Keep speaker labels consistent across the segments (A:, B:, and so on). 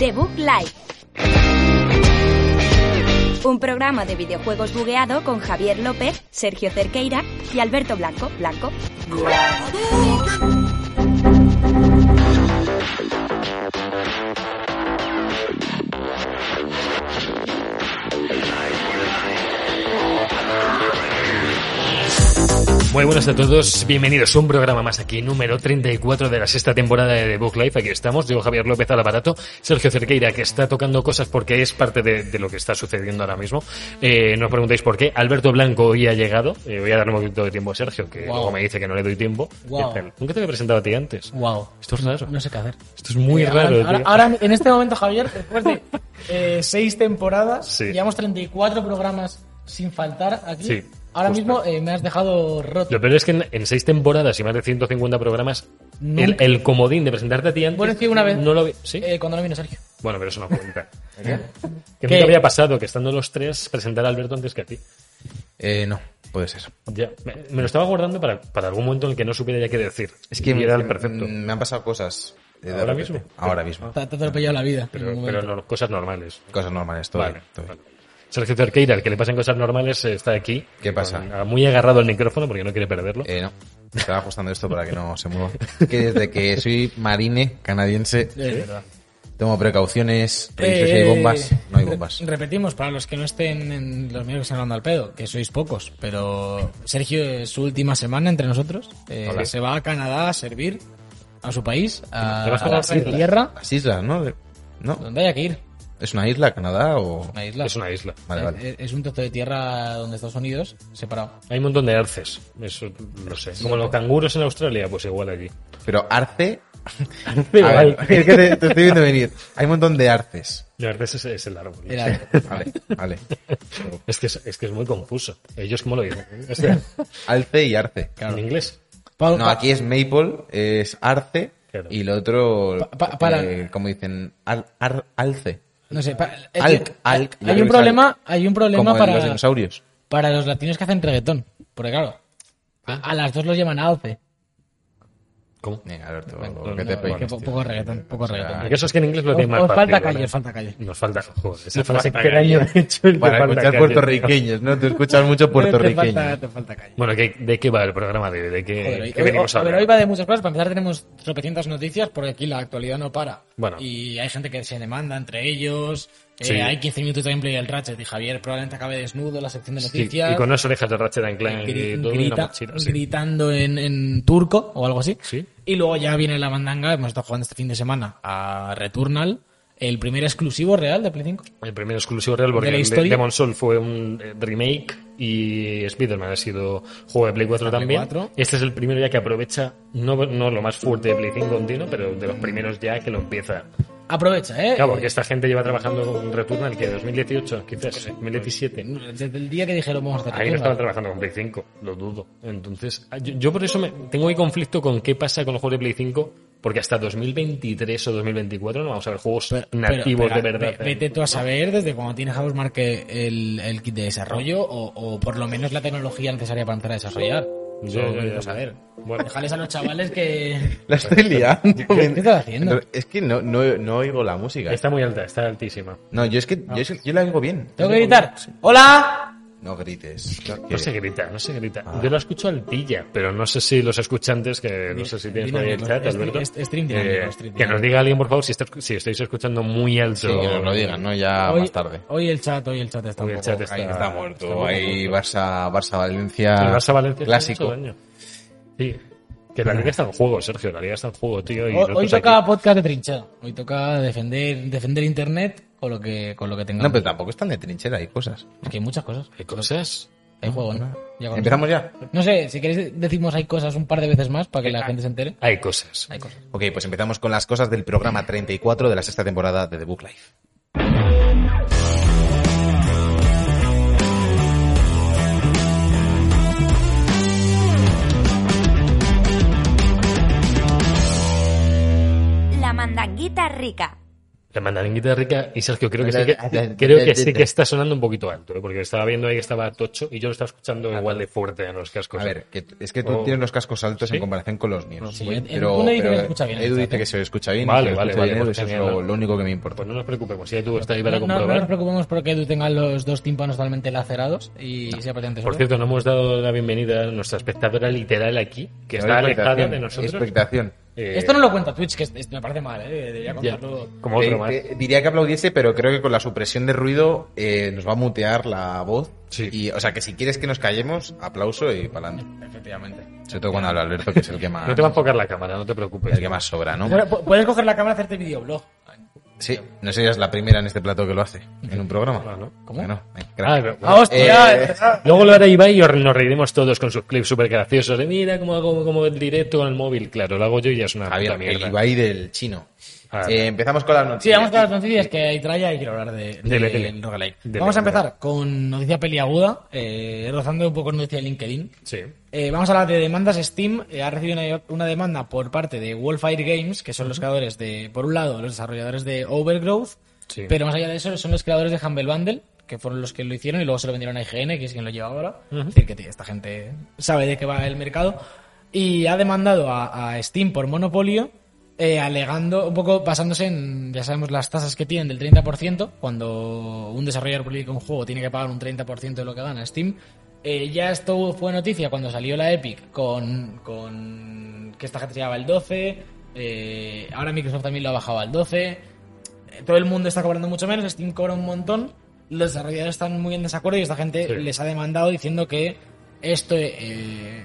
A: The Book Live. Un programa de videojuegos bugueado con Javier López, Sergio Cerqueira y Alberto Blanco. Blanco.
B: Muy buenas a todos, bienvenidos a un programa más aquí, número 34 de la sexta temporada de The Book Life. Aquí estamos, yo Javier López al aparato, Sergio Cerqueira que está tocando cosas porque es parte de, de lo que está sucediendo ahora mismo. Eh, no os preguntéis por qué, Alberto Blanco hoy ha llegado, Eh, voy a darle un poquito de tiempo a Sergio, que
C: Guau.
B: luego me dice que no le doy tiempo.
C: Guau.
B: Espera, Nunca te había presentado a ti antes.
C: Wow.
B: Esto es raro.
C: No sé qué hacer.
B: Esto es muy
C: Eh, ahora-
B: raro.
C: Ahora,
B: tío.
C: ahora, en este momento, Javier, después de eh, seis temporadas,
B: Sí.
C: llevamos 34 programas sin faltar aquí.
B: Sí, Pues
C: ahora
B: justo.
C: mismo eh, me has dejado roto.
B: Lo peor es que en, en seis temporadas y más de 150 programas, el,
C: Nunca.
B: el comodín de presentarte a ti antes.
C: Bueno, es que una vez-
B: No lo vi- ¿Sí?
C: Eh, cuando no vino Sergio.
B: Bueno, pero eso no cuenta. que
D: ¿Eh?
C: ¿Qué?
B: nunca había pasado que estando los tres presentar a Alberto antes que a ti.
D: Eh, no, puede ser.
B: Ya, me, me lo estaba guardando para, para algún momento en el que no supiera ya qué decir. y era el perfecto.
D: Me han pasado cosas. eh, de
B: ¿Ahora
D: repente.
B: mismo?
D: Ahora mismo.
C: Te, te ha atropellado la vida. en
B: Pero,
C: un
B: pero
C: momento.
B: no, cosas normales.
D: Cosas normales, todo.
B: Vale, vale. Sergio Cerqueira, al que le pasen cosas normales, eh, está aquí.
D: ¿Qué pasa?
B: Con- ah, muy agarrado al micrófono porque no quiere perderlo.
D: Eh, no. Estaba ajustando esto para que no se mueva. Que desde que soy marine canadiense,
C: Es verdad.
D: tomo precauciones, reviso si
C: Eh,
D: hay bombas. No hay
C: re-
D: bombas.
C: Repetimos, para los que no estén en los medios que están hablando al pedo, que sois pocos, pero Sergio es su última semana entre nosotros. eh,
D: Hola.
C: se va a Canadá a servir a su país, a,
B: ¿Te vas
C: a
B: con
C: la
B: las islas?
C: tierra,
D: Las islas, ¿no? De- ¿No?
C: donde haya que ir.
D: ¿Es una isla, Canadá o...?
C: Una isla.
B: Es una isla.
D: Vale,
C: Eh,
D: vale.
C: eh, Es un trozo de tierra donde Estados Unidos separado.
B: Hay un montón de arces. Eso no sé. Como los canguros en Australia, pues igual aquí.
D: Pero arce... A
B: Igual.
D: ver, es que te, te estoy viendo venir. Hay un montón de arces.
B: El arces es, es el árbol.
C: Era-
D: Vale, vale.
B: Es que es, es que es muy confuso. Ellos cómo lo dicen. O sea,
D: Alce y arce.
B: en inglés.
C: Pa-
D: No,
C: pa-
D: aquí es maple, es arce
B: Claro.
D: y lo otro,
C: Pa- pa- para-
D: eh, como dicen, al- ar- alce.
C: no sé, pa- eh,
D: Alc,
C: tío,
D: alc, yo
C: hay,
D: creo
C: un
D: que
C: problema,
D: es
C: hay un problema
D: Como en
C: para
D: los dinosaurios.
C: para los latinos que hacen reggaetón. Porque claro, a,
D: Ah.
C: a las dos los llaman alce.
B: ¿Cómo?
D: Venga, Alberto,
B: no,
D: que
C: No,
D: te
C: es
D: peines,
C: que po-
D: tío.
C: poco reggaetón, poco reggaetón.
B: El caso es que en inglés lo
C: Os,
B: tiene más
C: os
B: fácil.
C: falta
B: ¿vale?
C: calle, os falta calle.
B: Nos falta. Joder, esa
D: Nos
B: frase
D: falta
B: que el año he hecho es de
D: Para
B: falta
D: escuchar
B: calle.
D: puertorriqueños, ¿no? Tú escuchas mucho
C: Te falta,
D: puertorriqueño.
C: te falta calle.
B: Bueno, ¿qué- ¿de qué va el programa? ¿De, de qué,
C: Joder, hoy,
B: qué
C: hoy-
B: venimos a
C: a ver,
B: hablar?
C: hoy va de muchas cosas. Para empezar tenemos tropecientas noticias porque aquí la actualidad no para.
B: Bueno.
C: Y hay gente que se demanda entre ellos. eh,
B: Sí.
C: Hay 15 minutos de gameplay del Ratchet y Javier probablemente acabe desnudo en la sección de
B: Sí,
C: noticias. eh,
B: y con unas orejas de Ratchet and Clank
C: gri-
B: y todo y una
C: grita-
B: mochila, sí.
C: gritando en, en turco o algo así.
B: Sí.
C: Y luego ya viene la mandanga. Hemos estado jugando este fin de semana a Returnal, el primer exclusivo real de Play 5.
B: El primer exclusivo real porque
C: ¿De la
B: el
C: historia?
B: Demon Soul fue un eh, remake y Spider-Man ha sido juego de Play 4
C: Ah, Play
B: también.
C: 4.
B: Este es el primero ya que aprovecha, no, no lo más fuerte de Play 5 continuo, pero de los primeros ya que lo empieza.
C: Aprovecha, ¿eh?
B: Claro, porque esta gente lleva trabajando con Returnal que 2018, quizás 2017.
C: Desde el día que dijeron vamos a hacer
B: Ahí no
C: Returnal.
B: estaban trabajando con Play 5, lo dudo. Entonces, ah, yo, yo por eso me- tengo ahí conflicto con qué pasa con los juegos de Play 5, porque hasta 2023 o 2024 no vamos a ver juegos
C: Pero- pero-
B: nativos
C: pero
B: de verdad. ¿eh?
C: ve- Vete tú a saber desde cuando tiene Housemark el, el kit de desarrollo o, o por lo menos la tecnología necesaria para empezar a desarrollar.
B: Ya,
C: Eso
B: ya,
C: vete
B: ya.
C: tú a saber.
B: Bueno.
C: Déjales a los chavales que...
D: La estoy liando.
C: ¿Qué estás haciendo?
D: Es que no, no, no oigo la música.
B: Está muy alta, está altísima.
D: No, yo es que yo, es que- yo la oigo bien.
C: Tengo que gritar. ¡Hola!
D: No grites. No
B: No
D: quiero.
B: se grita, no se grita.
C: Ah.
B: Yo lo escucho altilla, pero no sé si los escuchantes, que no sé si tienes por ahí el
C: dinámico,
B: chat,
C: es-
B: Alberto,
C: es- stream dinámico,
B: eh,
C: stream
B: que
C: dinámico.
B: nos diga alguien, por favor, si, está- si estáis escuchando muy alto.
D: Sí, que nos lo digan, ¿no? Ya
C: hoy,
D: Ah, más tarde.
C: hoy el chat, hoy el chat está
B: Hoy
C: un
B: el
C: poco-
B: chat está,
D: Ahí está muerto.
B: está muy
D: Ahí
B: muerto.
D: Barça, Barça Valencia.
B: El Barça Valencia
D: Ah, Clásico.
B: hace mucho ¿eh? daño. Sí. Que la liga está en juego, Sergio. La liga está en juego, tío. Y
C: Hoy, hoy
B: nosotros
C: toca
B: aquí-
C: podcast de trinchera. Hoy toca defender, defender internet con lo que, con lo que tengamos.
D: No, pero tampoco están de trinchera, hay cosas.
C: Es que hay muchas cosas.
B: ¿Qué cosas?
C: Hay juego, ¿no? Ya con-
D: ¿Empezamos ya?
C: No sé, si queréis decimos hay cosas un par de veces más para que la
B: Ah.
C: gente se entere.
B: Hay cosas.
C: Hay cosas.
D: Ok, pues empezamos con las cosas del programa 34 de la sexta temporada de The Book Life.
A: La mandanguita rica.
B: La mandaringuita rica y Sergio, creo que sí que, creo que, sí que está sonando un poquito alto, ¿eh? porque estaba viendo ahí que estaba tocho y yo lo estaba escuchando igual de fuerte en los cascos.
D: Ah, A ver, que- es que tú
B: Oh.
D: tienes los cascos altos
B: ¿Sí?
D: en comparación con los míos.
C: Sí,
D: Muy-
C: Ed- Edu dice que se escucha bien,
D: Edu
C: fíjate.
D: dice que se escucha bien.
B: Vale,
D: que se
B: vale,
D: escucha
B: vale,
D: bien,
B: pues
D: eso es
B: genial.
D: lo, lo único que me importa.
B: Pues no nos preocupemos, ya tú estás ahí para
C: No, no- no
B: comprobar.
C: nos preocupemos porque tú tengas los dos tímpanos totalmente lacerados y sea potente
B: Por
C: solo.
B: cierto, no hemos dado la bienvenida a nuestra espectadora literal aquí, que está alejada de nosotros.
D: Expectación.
B: Eh,
C: Esto no lo cuenta Twitch, que es- es- me parece mal, ¿eh?
B: ya,
C: Debería contarlo.
B: como otro
D: Eh,
B: más.
D: eh, diría que aplaudiese, pero creo que con la supresión de ruido eh, nos va a mutear la voz.
B: Sí.
D: Y, o sea, que si quieres que nos callemos, aplauso y pa'lante.
C: Efectivamente.
D: Sobre todo cuando habla Alberto, que es el que más,
B: No te va a enfocar la cámara, no te preocupes.
D: el que más sobra, ¿no?
C: Bueno, pu- puedes coger la cámara y hacerte videoblog.
D: Sí, no serías la primera en este plato que lo hace, en un programa.
B: Ah, ¿no?
D: ¿Cómo? Que no. eh,
B: Ah,
D: gracias.
B: pero-
C: ¡Ah, hostia!
D: Eh,
C: es verdad.
B: Luego lo hará Ibai y or- nos reiremos todos con sus clips súper graciosos. De mira cómo hago como el directo con el móvil. Claro, lo hago yo y ya es una
D: Javier,
B: puta
D: el
B: mierda.
D: Ibai del chino.
B: Ah,
D: Eh, empezamos con las
C: Sí,
D: noticias.
C: vamos con las noticias que hay tralla y quiero hablar de, de,
B: Dele, dele.
C: roguelike.
B: Dele,
C: vamos a
B: dele.
C: empezar con noticia peliaguda, eh, rozando un poco noticia de LinkedIn.
B: Sí.
C: Eh, vamos a hablar de demandas. Steam eh, ha recibido una, una demanda por parte de Wolfire Games, que son los creadores de, por un lado, los desarrolladores de Overgrowth,
B: Sí.
C: pero más allá de eso, son los creadores de Humble Bundle, que fueron los que lo hicieron y luego se lo vendieron a IGN, que es quien lo lleva ahora. Es decir, que tío, esta gente sabe de qué va el mercado. Y ha demandado a, a Steam por monopolio, eh, alegando, un poco basándose en, ya sabemos, las tasas que tienen del 30%, cuando un desarrollador publica un juego tiene que pagar un 30% de lo que gana Steam. Eh, ya esto fue noticia cuando salió la Epic con, con que esta gente se llevaba el 12, eh, ahora Microsoft también lo ha bajado al 12 eh, todo el mundo está cobrando mucho menos, Steam cobra un montón, los desarrolladores están muy en desacuerdo y esta gente
B: Sí.
C: les ha demandado diciendo que esto eh,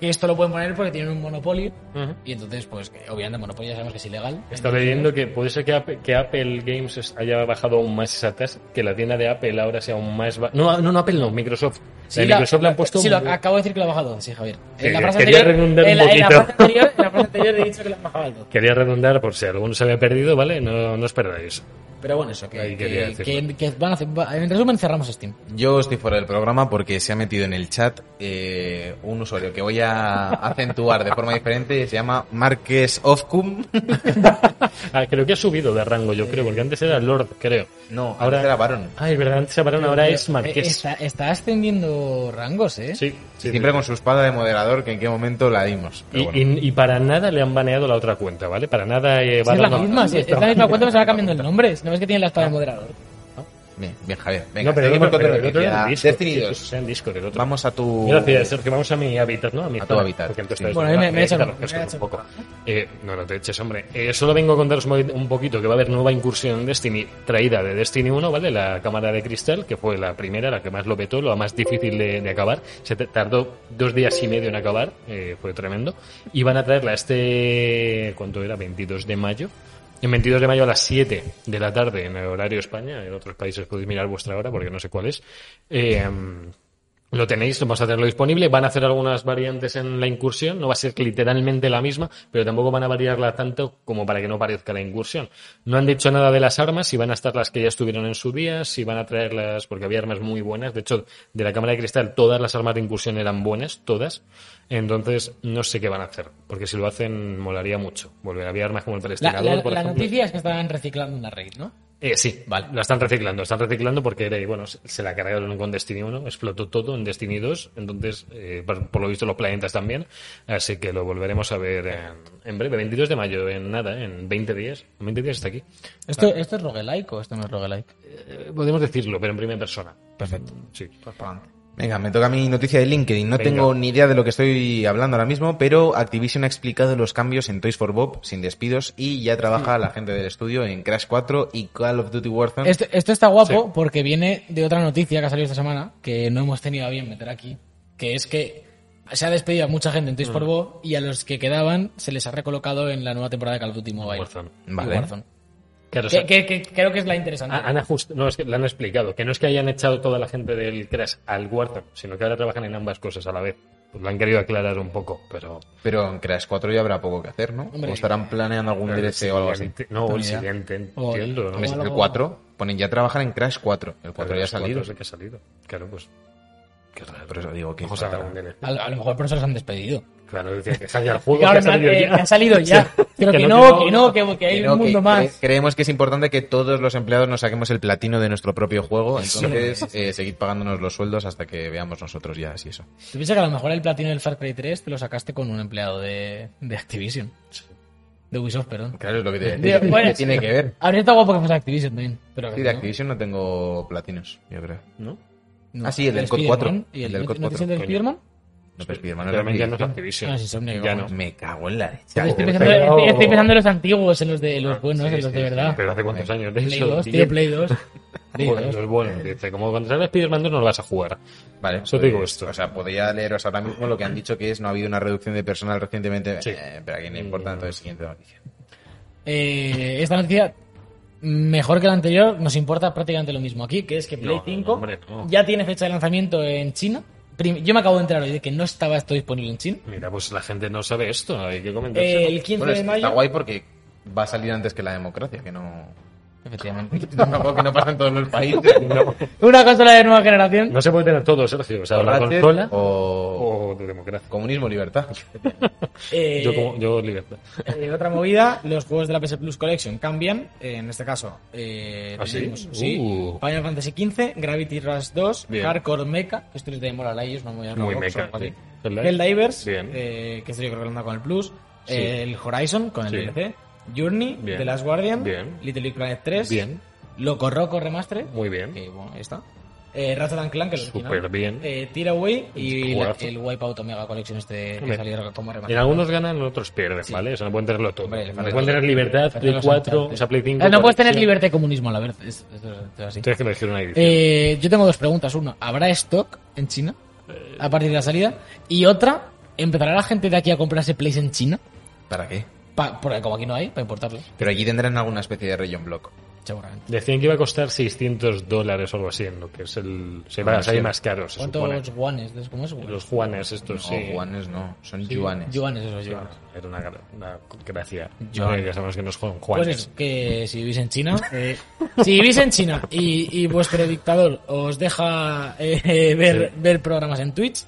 C: que esto lo pueden poner porque tienen un monopolio
B: Ujú.
C: y entonces pues que, obviamente monopolio ya sabemos que es ilegal.
B: Está leyendo que puede ser que Apple, que Apple Games haya bajado aún más esa tasa, que la tienda de Apple ahora sea aún más... ba- No, no, no Apple, no, Microsoft.
C: Sí,
B: la de
C: la-
B: Microsoft le han puesto...
C: Sí, lo
B: un-
C: ac- acabo de decir que lo ha bajado, sí, Javier.
B: Que-
C: En la frase
B: quería
C: anterior,
B: redundar un
C: en la, en la
B: poquito.
C: frase anterior, en la frase anterior he dicho que lo han bajado al 12.
B: Quería redundar por si alguno se había perdido, ¿vale? No, no os perdáis.
C: Pero bueno, eso, que,
B: Ahí quería
C: que,
B: decirlo.
C: que- que van a hacer, va- en resumen cerramos Steam.
D: Yo estoy fuera del programa porque se ha metido en el chat eh, un usuario que voy a acentuar de forma diferente. Se llama Márquez Ofcum.
B: Ah, creo que ha subido de rango, yo creo, porque antes era Lord, creo.
D: No, ahora era varón.
B: Ah, es verdad, antes era varón, ahora es
C: Pero, eh,
B: Marqués.
C: Está, está ascendiendo rangos, ¿eh?
B: Sí, sí,
D: Siempre
B: sí.
D: con su espada de moderador, que en qué momento la dimos. Pero
B: Y,
D: bueno.
B: y- y para nada le han baneado la otra cuenta, ¿vale? Para nada eh,
C: Sí, es la
B: Barra no-
C: misma, sí, es la misma cuenta, pero se va cambiando el nombre. Si no ves que tiene la espada de moderador.
D: Bien, bien, Javier. Venga,
B: no, pero, el
D: seguimos
B: otro-
D: con
B: pero el otro era
D: noticias.
B: en Discord.
D: Destiny
B: sí,
D: 2.
B: sí, sea en Discord el otro.
D: Vamos a tu...
B: Gracias, Sergio. Vamos a mi hábitat, ¿no? A, mi
D: A tu
B: zona,
D: hábitat,
B: porque tú
D: sí.
B: estás
C: Bueno, ahí me- me he hecho
B: Claro,
C: loco, me he
B: que es
C: hecho
B: un poco. Eh, no, no te eches, hombre. Eh, solo vengo a contaros muy- un poquito que va a haber nueva incursión en Destiny, traída de Destiny 1, ¿vale? La cámara de cristal, que fue la primera, la que más lo petó, la más difícil de, de acabar. Se te- tardó dos días y medio en acabar, eh, fue tremendo. Y van a traerla este, ¿cuánto era? 22 de mayo. En 22 de mayo a las 7 de la tarde, en el horario España, en otros países podéis mirar vuestra hora porque no sé cuál es. Eh, lo tenéis, vamos a tenerlo disponible. Van a hacer algunas variantes en la incursión. No va a ser literalmente la misma, pero tampoco van a variarla tanto como para que no parezca la incursión. No han dicho nada de las armas, si van a estar las que ya estuvieron en su día, si van a traerlas, porque había armas muy buenas. De hecho, de la cámara de cristal, todas las armas de incursión eran buenas, todas. Entonces, no sé qué van a hacer, porque si lo hacen, molaría mucho. Volver a haber armas como el
C: La,
B: Palestinador,
C: la,
B: Este por
C: la
B: ejemplo.
C: noticia es que estaban reciclando una raid, ¿no?
B: Eh, sí,
C: Vale.
B: La están reciclando, están reciclando porque era, y bueno, se se la cargaron con Destiny 1, explotó todo en Destiny 2, entonces, eh, por, por lo visto, los planetas también, así que lo volveremos a ver en, en breve, 22 de mayo, en nada, en 20 días, en 20 días está aquí.
C: ¿Esto, ¿Esto es roguelike o esto no es roguelike?
B: Eh, podemos decirlo, pero en primera persona,
C: Perfecto.
B: sí.
C: Pues para adelante.
D: Venga, me toca mi noticia de LinkedIn. No
B: Venga.
D: tengo ni idea de lo que estoy hablando ahora mismo, pero Activision ha explicado los cambios en Toys for Bob sin despidos y ya trabaja la gente del estudio en Crash 4 y Call of Duty Warzone.
C: Esto, esto está guapo
B: Sí.
C: porque viene de otra noticia que ha salido esta semana, que no hemos tenido a bien meter aquí, que es que se ha despedido a mucha gente en Twitch
B: Mm.
C: por Bo y a los que quedaban se les ha recolocado en la nueva temporada de Call of Duty Mobile.
B: Warzone.
C: Y
D: Vale.
C: Warzone.
B: Claro, o sea, Ah,
C: Que, que- que creo que es la interesante.
B: han ajustado, no, es que la han explicado, que no es que hayan echado toda la gente del Crash al Warzone, sino que ahora trabajan en ambas cosas a la vez. Pues lo han querido aclarar un poco, pero...
D: Pero en Crash 4 ya habrá poco que hacer, ¿no?
C: Hombre.
D: o estarán planeando algún
B: eh,
D: DLC o algo así.
B: No, o el
C: Ni idea.
B: siguiente,
C: O-
B: entiendo. ¿no?
D: Hombre, si
C: o
D: El
C: algo-
D: 4, ponen ya trabajan en Crash 4. El 4
B: Pero
D: ya ha
B: los cuatro
D: salido.
B: es el que ha salido. Claro, pues. Qué raro.
D: Por eso digo que
B: Vamos a
D: falta-
B: un nene.
C: A, lo- a lo mejor por eso los han despedido.
B: Claro, decía que salía el juego.
C: Claro,
B: que ha salido
C: eh,
B: ya.
C: que ha salido ya. Pero
B: Que
C: que
B: no,
C: no,
B: que
C: que
B: no.
C: no, que, que hay
D: Creo
C: un
D: que
C: mundo
D: cre-
C: más.
D: creemos que es importante que todos los empleados nos saquemos el platino de nuestro propio juego, entonces eh, seguid pagándonos los sueldos hasta que veamos nosotros ya si eso.
C: Tú piensas que a lo mejor el platino del Far Cry 3 te lo sacaste con un empleado de, de Activision. De Ubisoft, perdón.
D: Claro, es lo que te
C: Digo,
D: ¿qué
C: bueno,
D: tiene que ver.
C: Habría estado guapo que fuese Activision también. Pero
D: Sí,
C: no.
D: de Activision no tengo platinos, yo creo.
B: ¿No?
C: No.
D: Ah, sí, el del COD
C: Spider-Man
D: 4.
C: y
D: El
C: el,
D: del
C: ¿no-
D: COD
C: ¿No es el
D: 4,
C: del
B: coño.
C: Spider-Man?
D: No, pero Spiderman es
B: Realmente ya no es Activision.
D: Activision.
C: No, es Insomniac,
B: Ya no.
C: vamos.
D: Me cago en la leche.
C: Estoy
D: joder.
C: pensando,
B: pero-
C: estoy- estoy pensando en los antiguos, en los de los buenos,
D: sí,
C: en los
D: sí,
C: de verdad.
B: Pero hace cuántos años de
C: Play
B: eso.
C: 2,
B: tío?
C: tío, Play 2. Play
B: Joder,
C: 2.
B: los buenos. Dice, Este, como cuando sale Spider-Man 2 no lo vas a jugar.
D: Vale,
B: Eso te digo esto.
D: O sea, podría leeros ahora mismo lo que han dicho que es no ha habido una reducción de personal recientemente.
B: Sí. Mm.
D: Eh, pero aquí no importa, entonces siguiente noticia.
C: Eh, esta noticia, mejor que la anterior, nos importa prácticamente lo mismo aquí, que es que Play
B: No, no,
C: 5
B: hombre, no.
C: ya tiene fecha de lanzamiento en China. Prim- Yo me acabo de enterar hoy de que no estaba esto disponible en China.
B: Mira, pues la gente no sabe esto. Hay que
C: Eh,
B: comentárselo.
C: el 15
D: Bueno,
C: de
D: está
C: mayo.
D: guay porque va a salir antes que la democracia, que no.
C: Efectivamente.
D: Tampoco que no pasa en todos los países.
B: No,
C: Una consola de nueva generación.
B: no se puede tener todo, Sergio. O sea, la
D: Ratchet
B: consola
D: o...
B: o de democracia.
D: comunismo libertad.
C: Eh,
B: Yo, como, yo libertad.
C: eh, otra movida, los juegos de la PS Plus Collection cambian. eh, en este caso, eh,
B: ¿Ah, sí?
C: tenemos-
B: Uh.
C: Final Fantasy XV, Gravity Rush 2,
B: Bien.
C: Hardcore Mecha, que esto es de Moral Eyes, no me voy a
B: Muy
C: Roblox o
B: mecha,
C: algo
B: sí.
C: así.
B: Helldive.
C: Helldivers,
B: Bien.
C: eh, que esto yo creo que lo anda con el Plus,
B: Sí.
C: eh, el Horizon con el
B: Sí.
C: DLC, Journey,
B: Bien.
C: The Last Guardian,
B: Bien.
C: Little Big Planet 3,
B: Bien.
C: Loco Roco Remastered,
B: Muy bien.
C: que bueno, ahí está, eh, Ratchet and Clank, que es el
B: Súper
C: original,
B: bien.
C: eh, Tearaway y la-
B: Juegazo.
C: el Wipeout Omega Collection este que
B: Hombre.
C: salió como
B: En
C: remaster.
B: algunos ganan, en otros pierden, ¿vale? O sea, no pueden tenerlo todo.
C: Hombre, le
B: no
C: falta
B: pueden tener
C: todo.
B: libertad,
C: Faltan
B: Play
C: los
B: 4,
C: Uncharted.
B: o sea, Play 5.
C: Eh, no puedes tener
B: colección.
C: libertad y comunismo, la verdad. Es, es- es así.
B: Entonces que lo dijeron ahí.
C: Eh, yo tengo dos preguntas. Una, ¿habrá stock en China a partir de la salida? Y otra, ¿empezará la gente de aquí a comprarse plays en China?
D: ¿Para qué?
C: Pa- porque como aquí no hay, para importarlo,
D: Pero allí tendrán alguna especie de region block.
C: seguramente.
B: Decían que iba a costar 600 dólares o algo así, en lo que es el... Se va a salir más caro, se supone.
C: ¿Cuántos guanes? ¿Cómo es?
B: Los juanes estos,
D: No,
B: sí.
D: guanes no, son
C: Sí,
D: yuanes.
C: Yuanes, esos
B: Sí,
C: yuanes.
B: Era una, gra- una gracia.
C: Yuanes.
B: Eh, Ya sabemos que no es Juan-
C: Pues
B: Juanes.
C: es que si vivís en China, eh, si vivís en China y, y vuestro dictador os deja eh, eh, ver, ver programas en Twitch,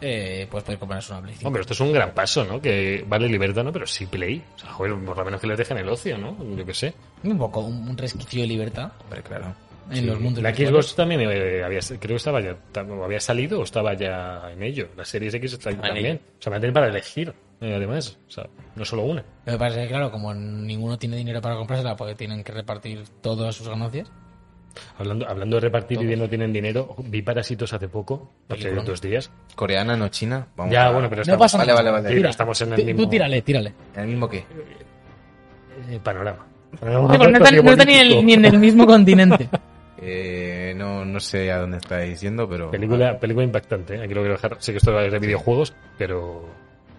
C: eh, pues podéis compraros una Play 5.
B: Hombre, esto es un gran paso, ¿no? Que vale libertad, ¿no? Pero sí Play. O sea, joder, por lo menos que les dejen el ocio, ¿no? Yo qué sé.
C: Un poco, un, un resquicio de libertad
D: Hombre, claro.
C: en los mundos.
B: La
C: virtuales.
B: Xbox también eh, había, creo que estaba ya, tam- o había salido o estaba ya en ello. La Series X está ahí
C: Ah, en
B: también. O sea, van a tener para elegir, eh, además. O sea, no solo una.
C: Lo que pasa es que, claro, como ninguno tiene dinero para comprársela porque tienen que repartir todas sus ganancias.
B: Hablando, hablando de repartir y de no tienen dinero, vi Parásitos hace poco, hace
C: Peliculón.
B: dos días.
D: Coreana, no China. Vamos
B: Ya,
D: a-
B: bueno, pero
C: No
B: estamos,
C: pasa
D: vale,
C: nada.
D: vale, vale.
B: sí,
C: Tira.
B: estamos en el
C: Tú-
B: mismo
C: Tú tírale, tírale.
D: ¿El mismo qué?
B: eh, panorama.
C: Sí, pero no está, no está ni, en el- ni en el mismo continente.
D: Eh, no, no sé a dónde estáis yendo, pero...
B: Película, película impactante, ¿eh? aquí lo quiero dejar. Sé que esto es de videojuegos, pero,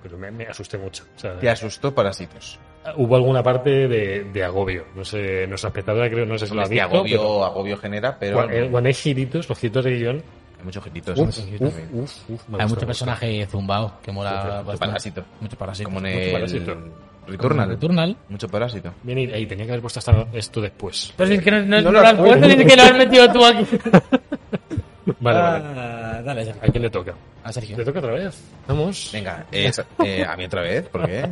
B: pero me, me asusté mucho. O sea,
D: Te asustó Parásitos.
B: hubo alguna parte de, de agobio. No sé, nuestra espectadora creo, no sé si Pues lo ha
D: Hombre,
B: visto.
D: es que este agobio,
B: pero
D: agobio genera, pero... Pues
B: cua- eh, cuando hay giritos, los giritos de guión,
D: Hay muchos giritos.
B: Uf,
D: muchos
B: uf,
D: giritos también.
B: uf, uf, me
C: Hay
B: gusta,
C: mucho
B: me gusta.
C: personaje zumbao que mola
D: Mucho
C: bastante.
D: parásito.
C: Mucho parásito.
D: Como en
B: Mucho
D: el...
B: parásito.
D: Returnal.
C: Returnal.
D: Mucho parásito.
B: Bien, y- ahí tenía que haber puesto hasta esto después.
C: Pero si es que no, no,
D: No
C: no
D: lo
C: lo has
D: puedo.
C: puesto, ni que lo has metido tú aquí.
B: Vale, vale.
C: Ah, dale, Sergio.
B: ¿A quién le toca?
C: A Sergio.
B: ¿Le toca otra vez? Vamos.
D: Venga, eh, sa- eh, a mí otra vez, ¿por qué?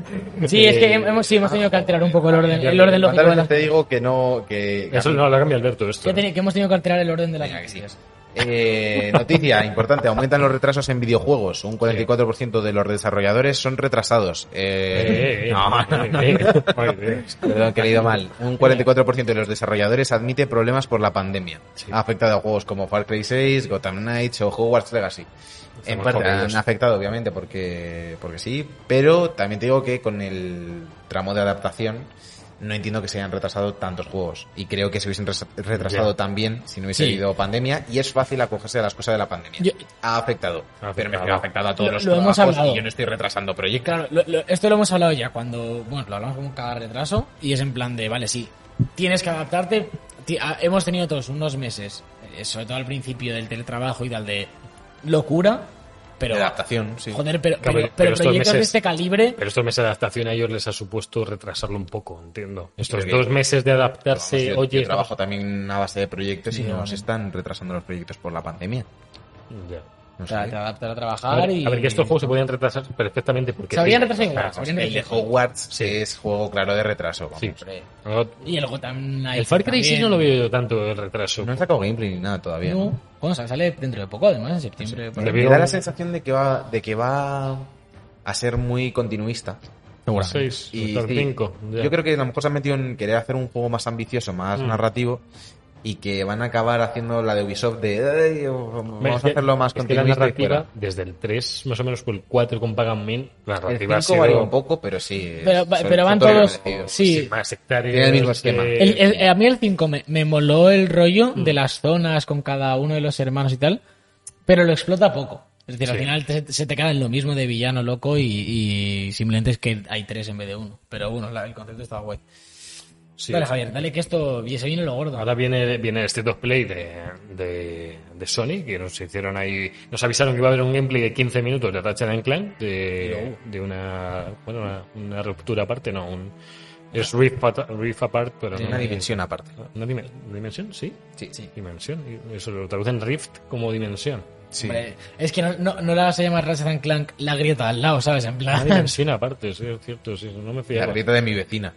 C: Sí, es que hemos, sí, hemos tenido que alterar un poco el orden, el orden lógico de
D: ¿Cuántas veces
C: las
D: te digo que no... Que,
B: Eso no lo ha cambiado Alberto, esto.
C: que, teni- que hemos tenido que alterar el orden de las
D: Venga, que sí.
C: noticias.
D: Eh, noticia importante, aumentan los retrasos en videojuegos. Un 44% de los desarrolladores son retrasados. Eh,
B: Eh, eh,
D: no,
B: eh,
D: no, no.
B: eh, eh. Joder, eh.
D: Perdón, que he leído mal. Un 44% de los desarrolladores admite problemas por la pandemia.
B: Sí.
D: Ha afectado a juegos como Far Cry 6, Gotham Knights o Hogwarts Legacy. En
B: Estamos
D: parte
B: jodidos.
D: han afectado, obviamente, porque, porque sí, pero también te digo que con el tramo de adaptación no entiendo que se hayan retrasado tantos juegos. Y creo que se hubiesen res- retrasado
B: Ya.
D: también si no hubiese
C: Sí.
D: habido pandemia. Y es fácil acogerse a las cosas de la pandemia.
C: Yo-
D: ha afectado,
B: Ha
D: pero me
B: afectado.
D: refiero, ha afectado a todos
C: Lo-
D: los
C: lo hemos
D: trabajos
C: hablado.
D: y yo no estoy retrasando proyectos.
C: Claro, lo- lo- esto lo hemos hablado ya cuando, bueno, lo hablamos como cada retraso y es en plan de, vale, sí, tienes que adaptarte. Ti- a- Hemos tenido todos unos meses, eh, sobre todo al principio del teletrabajo y tal, de locura, pero...
D: De adaptación, sí.
C: Joder, pero,
B: Claro,
C: pero-
B: pero
C: pero
B: estos
C: proyectos de
B: meses- eh,
C: este calibre...
B: Pero estos meses de adaptación a ellos les ha supuesto retrasarlo un poco, entiendo. Estos
D: Creo que-
B: dos meses de adaptarse,
D: Vamos, yo- yo
B: oye,
D: trabajo también a base de proyectos y
C: Sí,
D: nos
C: vale.
D: están retrasando los proyectos por la pandemia.
B: estamos- Ya.
C: O sea, te adaptas a trabajar
B: a, ver,
C: y...
B: a ver, que estos juegos se podían retrasar perfectamente porque...
C: Se
B: sí.
C: habrían retrasado igual, se habrían
D: El de
C: retrasado.
D: Hogwarts es juego claro de retraso. vamos.
B: Sí.
C: Hombre.
B: No,
C: Y el Gotham Knights
B: El Far Cry 6
C: también.
B: no lo veo yo tanto el retraso.
D: No han sacado gameplay ni nada todavía. ¿no?
C: No, bueno, sale- sale dentro de poco, además, en septiembre. por
B: Le
C: ahí.
B: veo-
D: Me da la sensación de que va, de que va a ser muy continuista.
C: Seguramente.
B: 6,
D: Y
B: Star
D: sí,
B: 5. ya. Mm.
D: Yo creo que a lo mejor se han metido en querer hacer un juego más ambicioso, más narrativo, y que van a acabar haciendo la de Ubisoft de "Ay,
B: Hombre,
D: vamos
B: es
D: a
B: que-
D: hacerlo más
B: es que la
D: continuista. y
B: narrativa,
D: fuera".
B: desde el 3, más o menos por el 4 con Pagan Man, la
D: El
B: narrativa ha
D: 5
B: sido
D: varía un poco, pero sí.
C: Pero,
D: son-
C: pero
D: son
C: van
D: todavía
C: todos...
D: parecidos.
C: Sí,
B: más hectáreas.
D: Tiene el mismo esquema.
B: eh, Mm.
C: El- el- a mí el 5 me, me moló el rollo de las zonas con cada uno de los hermanos y tal, pero lo explota poco. Es decir, al
B: Sí.
C: final te- se te queda en lo mismo de villano loco y, y simplemente es que hay tres en vez de uno. Pero bueno, la- el concepto estaba guay.
B: sí.
C: Dale, Javier, dale que esto y se viene lo gordo.
B: Ahora viene, viene el State of Play de, de, de Sony, que nos hicieron ahí. Nos avisaron que iba a haber un gameplay de 15 minutos de Ratchet and Clank, de, de una. Bueno, una, una ruptura aparte, no. Un, es Rift, Pat- Rift Apart, pero
D: Sí,
B: no. Ah,
D: Una dimensión aparte.
B: ¿Una dime- dimensión? Sí.
D: Sí, sí.
B: Dimensión. y Eso lo traducen Rift como dimensión.
C: Hombre, es que no, no, no la vas a llamar Ratchet and Clank la grieta al lado, ¿sabes? En
B: Una
C: plan...
B: dimensión aparte, sí, es cierto. sí, no me
D: La
B: fiaba.
D: rita de mi vecina.